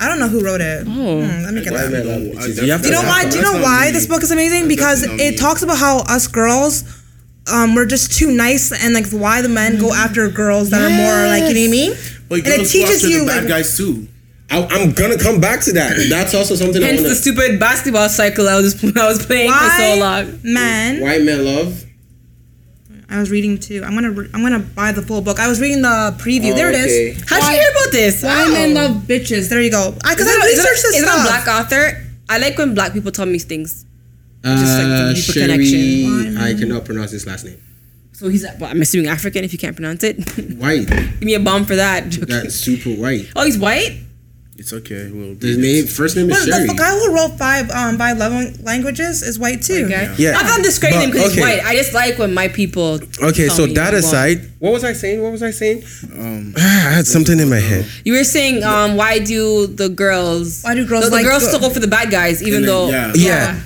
Speaker 5: I don't know who wrote it.
Speaker 3: Oh.
Speaker 5: Hmm, let me get that.
Speaker 4: No, I
Speaker 8: You
Speaker 4: definitely-
Speaker 8: have
Speaker 5: Do you know why? Do you know
Speaker 4: That's not
Speaker 5: why
Speaker 4: me.
Speaker 5: this book is amazing? Because
Speaker 4: definitely not
Speaker 5: it
Speaker 4: me.
Speaker 5: talks about how us girls, um, we're just too nice, and like why the men go after girls that are more like you know what I mean.
Speaker 4: But
Speaker 5: and it
Speaker 4: girls go
Speaker 5: teaches
Speaker 4: after the
Speaker 5: you,
Speaker 4: bad
Speaker 5: like-
Speaker 4: guys too.
Speaker 8: I, I'm gonna come back to that. That's also something I
Speaker 3: Hence
Speaker 8: want
Speaker 3: the
Speaker 8: to.
Speaker 3: stupid basketball cycle I was *laughs* I was playing for
Speaker 5: Why
Speaker 3: so long.
Speaker 5: men?
Speaker 8: White men love.
Speaker 5: I was reading too. I'm gonna re- I'm gonna buy the full book. I was reading the preview.
Speaker 8: Oh,
Speaker 5: there it is.
Speaker 8: okay.
Speaker 3: How'd you hear about this?
Speaker 5: Why
Speaker 3: Wow.
Speaker 5: men love bitches? There you go. I because
Speaker 3: Is it
Speaker 5: I
Speaker 3: a- is it a-
Speaker 5: researched this
Speaker 3: is it a
Speaker 5: stuff.
Speaker 3: black author? I like when black people tell me things. Just like
Speaker 2: Uh,
Speaker 3: the deeper
Speaker 2: Sherry,
Speaker 3: connection.
Speaker 2: I cannot pronounce his last name.
Speaker 3: So he's, well, I'm assuming African if you can't pronounce it. *laughs* Give
Speaker 2: White.
Speaker 3: me a bomb for that.
Speaker 2: That's super white.
Speaker 3: Oh, he's white?
Speaker 4: It's okay. We'll
Speaker 2: His name, first name is
Speaker 5: But
Speaker 2: Sherry.
Speaker 5: the guy who wrote five um five love languages is white too.
Speaker 3: Okay.
Speaker 8: Yeah.
Speaker 3: Not that I'm discrediting him
Speaker 8: But-
Speaker 3: because
Speaker 8: okay.
Speaker 3: he's white. I just like when my people.
Speaker 8: Okay,
Speaker 3: tell
Speaker 8: so
Speaker 3: me
Speaker 8: that
Speaker 3: what I want.
Speaker 8: aside, what was I saying? What was I saying?
Speaker 4: Um,
Speaker 8: I had something in my head.
Speaker 3: You were saying, um, why do the girls?
Speaker 5: Why do girls
Speaker 3: The, the
Speaker 5: like
Speaker 3: girls
Speaker 5: the-
Speaker 3: still go for the bad guys, even
Speaker 4: And then-
Speaker 3: though.
Speaker 4: yeah.
Speaker 5: Ah.
Speaker 8: Yeah.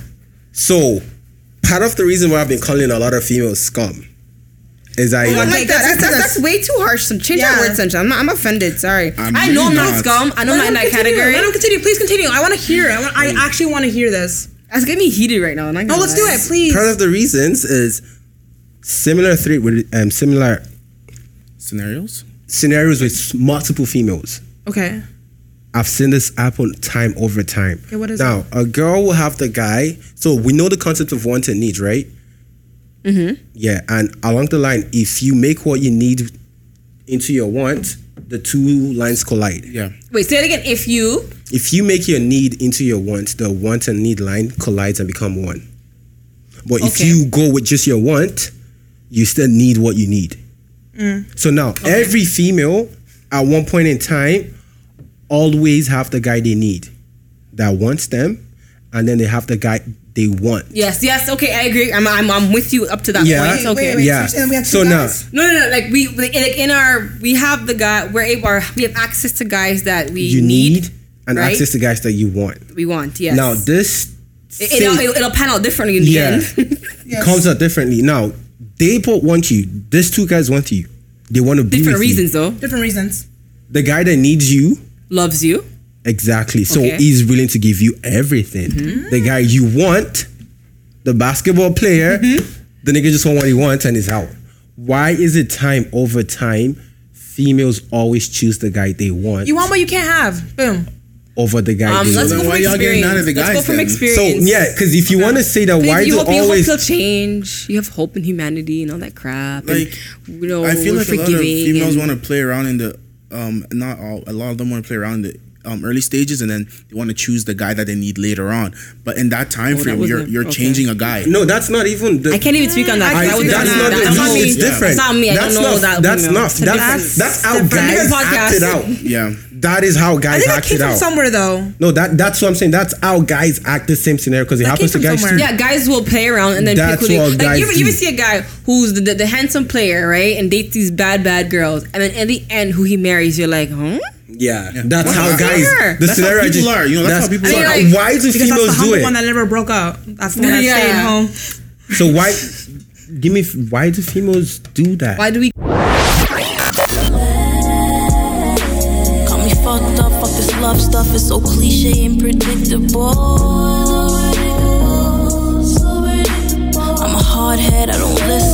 Speaker 8: So, part of the reason why I've been calling a lot of females scum is
Speaker 3: I
Speaker 8: I.
Speaker 5: my
Speaker 3: don't
Speaker 5: Like
Speaker 3: like that.
Speaker 5: that's-
Speaker 3: That's, that's,
Speaker 5: that's-
Speaker 3: that's way too harsh. Some change
Speaker 5: Yeah.
Speaker 3: that word, sunshine. I'm, not, I'm offended. Sorry. i
Speaker 4: I'm
Speaker 3: know I'm
Speaker 4: really
Speaker 3: not
Speaker 4: not.
Speaker 3: scum. I know I'm not in that category.
Speaker 5: Let him continue. Please continue. I want to hear. it. I, want, I
Speaker 8: Mm.
Speaker 5: actually want to hear this.
Speaker 3: That's getting me heated right now.
Speaker 5: No, let's do it, please.
Speaker 8: Part of the reasons is similar threat with um, similar
Speaker 4: scenarios.
Speaker 8: scenarios with multiple females.
Speaker 5: Okay.
Speaker 8: I've seen this happen time over time.
Speaker 5: Okay, what is
Speaker 8: now, a girl will have the guy. So we know the concept of want and need, right?
Speaker 3: Mm-hmm.
Speaker 8: Yeah, and along the line, if you make what you need into your want, the two lines collide.
Speaker 4: Yeah.
Speaker 3: Wait, say it again. If you
Speaker 8: If you make your need into your want, the want and need line collides and become one. But if
Speaker 3: Okay.
Speaker 8: you go with just your want, you still need what you need.
Speaker 5: Mm.
Speaker 8: So now every female at one point in time always have the guy they need that wants them, and then they have the guy they want.
Speaker 3: yes, yes, okay, I agree. I'm I'm, I'm with you up to that
Speaker 8: Yeah.
Speaker 3: point. Okay.
Speaker 5: Oh, Wait, wait,
Speaker 8: yeah.
Speaker 5: so- and we have two
Speaker 8: so now,
Speaker 5: guys?
Speaker 3: No, no, no. Like we like in, like in our we have the guy we're able our, we have access to guys that we
Speaker 8: you need, and
Speaker 3: right?
Speaker 8: access to guys that you want.
Speaker 3: we want. Yes.
Speaker 8: Now this
Speaker 3: it, will
Speaker 8: thing-
Speaker 3: it'll, it'll pan out differently in the
Speaker 8: Yeah.
Speaker 3: end.
Speaker 4: *laughs*
Speaker 3: *laughs*
Speaker 8: *laughs* it comes out differently. Now they both want you. These two guys want you. They want to be
Speaker 3: Different
Speaker 8: with you.
Speaker 3: reasons though.
Speaker 5: Different reasons.
Speaker 8: The guy that needs you
Speaker 3: Loves you.
Speaker 8: Exactly. So
Speaker 3: Okay. Mm-hmm.
Speaker 8: he's willing to give you everything. The guy you want, the basketball player,
Speaker 3: Mm-hmm.
Speaker 8: the nigga just want what he wants and is out. Why is it time over time? Females always choose the guy they want,
Speaker 5: You want what you can't have. Boom.
Speaker 8: over the guy.
Speaker 3: Um,
Speaker 8: they
Speaker 3: let's
Speaker 8: want.
Speaker 3: go
Speaker 4: then
Speaker 3: from
Speaker 4: why y'all getting
Speaker 3: experience.
Speaker 4: none of the
Speaker 3: let's go
Speaker 4: guys
Speaker 3: from
Speaker 4: then?
Speaker 8: So
Speaker 3: experience.
Speaker 8: yeah, because if you want to say that, why
Speaker 3: you
Speaker 8: do
Speaker 3: hope, you hope
Speaker 8: always?
Speaker 3: he'll change. You have hope in humanity and all that crap.
Speaker 4: Like,
Speaker 3: and, you know,
Speaker 4: I feel
Speaker 3: we're
Speaker 4: like a lot of
Speaker 3: forgiving
Speaker 4: females
Speaker 3: and-
Speaker 4: want to play around in the um not all a lot of them want to play around in the um, early stages and then they want to choose the guy that they need later on. But in that time
Speaker 3: Oh, that
Speaker 4: frame, you're
Speaker 3: wasn't-
Speaker 4: you're
Speaker 3: okay.
Speaker 4: changing a guy.
Speaker 8: No, that's not even. The,
Speaker 3: I can't even speak on that.
Speaker 8: I-
Speaker 3: that would
Speaker 8: that's
Speaker 3: be-
Speaker 8: not the-
Speaker 3: that's
Speaker 8: no,
Speaker 3: me.
Speaker 8: it's different.
Speaker 3: That's not me. I
Speaker 8: That's
Speaker 3: don't know
Speaker 8: not-
Speaker 3: that.
Speaker 8: That's
Speaker 3: women.
Speaker 8: not.
Speaker 3: It's a
Speaker 8: That's
Speaker 3: different-
Speaker 8: that's how
Speaker 3: different
Speaker 8: guys
Speaker 3: podcast.
Speaker 8: acted out.
Speaker 4: Yeah.
Speaker 8: That is how
Speaker 5: I
Speaker 8: guys
Speaker 5: think that
Speaker 8: acted
Speaker 5: came from
Speaker 8: out.
Speaker 5: somewhere though.
Speaker 8: No, that that's what I'm saying. That's how guys act the same scenario because it happens to
Speaker 5: came from
Speaker 8: guys
Speaker 5: somewhere.
Speaker 8: too.
Speaker 3: Yeah, guys will play around and then
Speaker 8: That's
Speaker 3: pick who they
Speaker 8: what
Speaker 3: like.
Speaker 8: guys
Speaker 3: you, ever, you ever
Speaker 8: do.
Speaker 3: see a guy who's the, the, the handsome player, right, and dates these bad bad girls, and then in the end, who he marries, you're like, huh?
Speaker 8: Yeah, that's how
Speaker 3: That's
Speaker 8: guys.
Speaker 3: her.
Speaker 8: The
Speaker 4: That's
Speaker 8: scenario
Speaker 4: how
Speaker 8: I
Speaker 4: people
Speaker 8: just-
Speaker 4: are, you know, that's how people
Speaker 8: so
Speaker 3: are.
Speaker 8: how-
Speaker 3: I mean, like,
Speaker 8: why do
Speaker 5: Because that's
Speaker 8: females
Speaker 5: the
Speaker 8: do
Speaker 5: humble one
Speaker 8: it?
Speaker 5: that never broke up. That's the one that
Speaker 3: Yeah.
Speaker 5: stayed home.
Speaker 8: So why? Give me. Why do females do that?
Speaker 3: Why do we?
Speaker 1: Got me fucked up, fuck this love stuff, it's so cliche and predictable. I'm a hard head, I don't listen.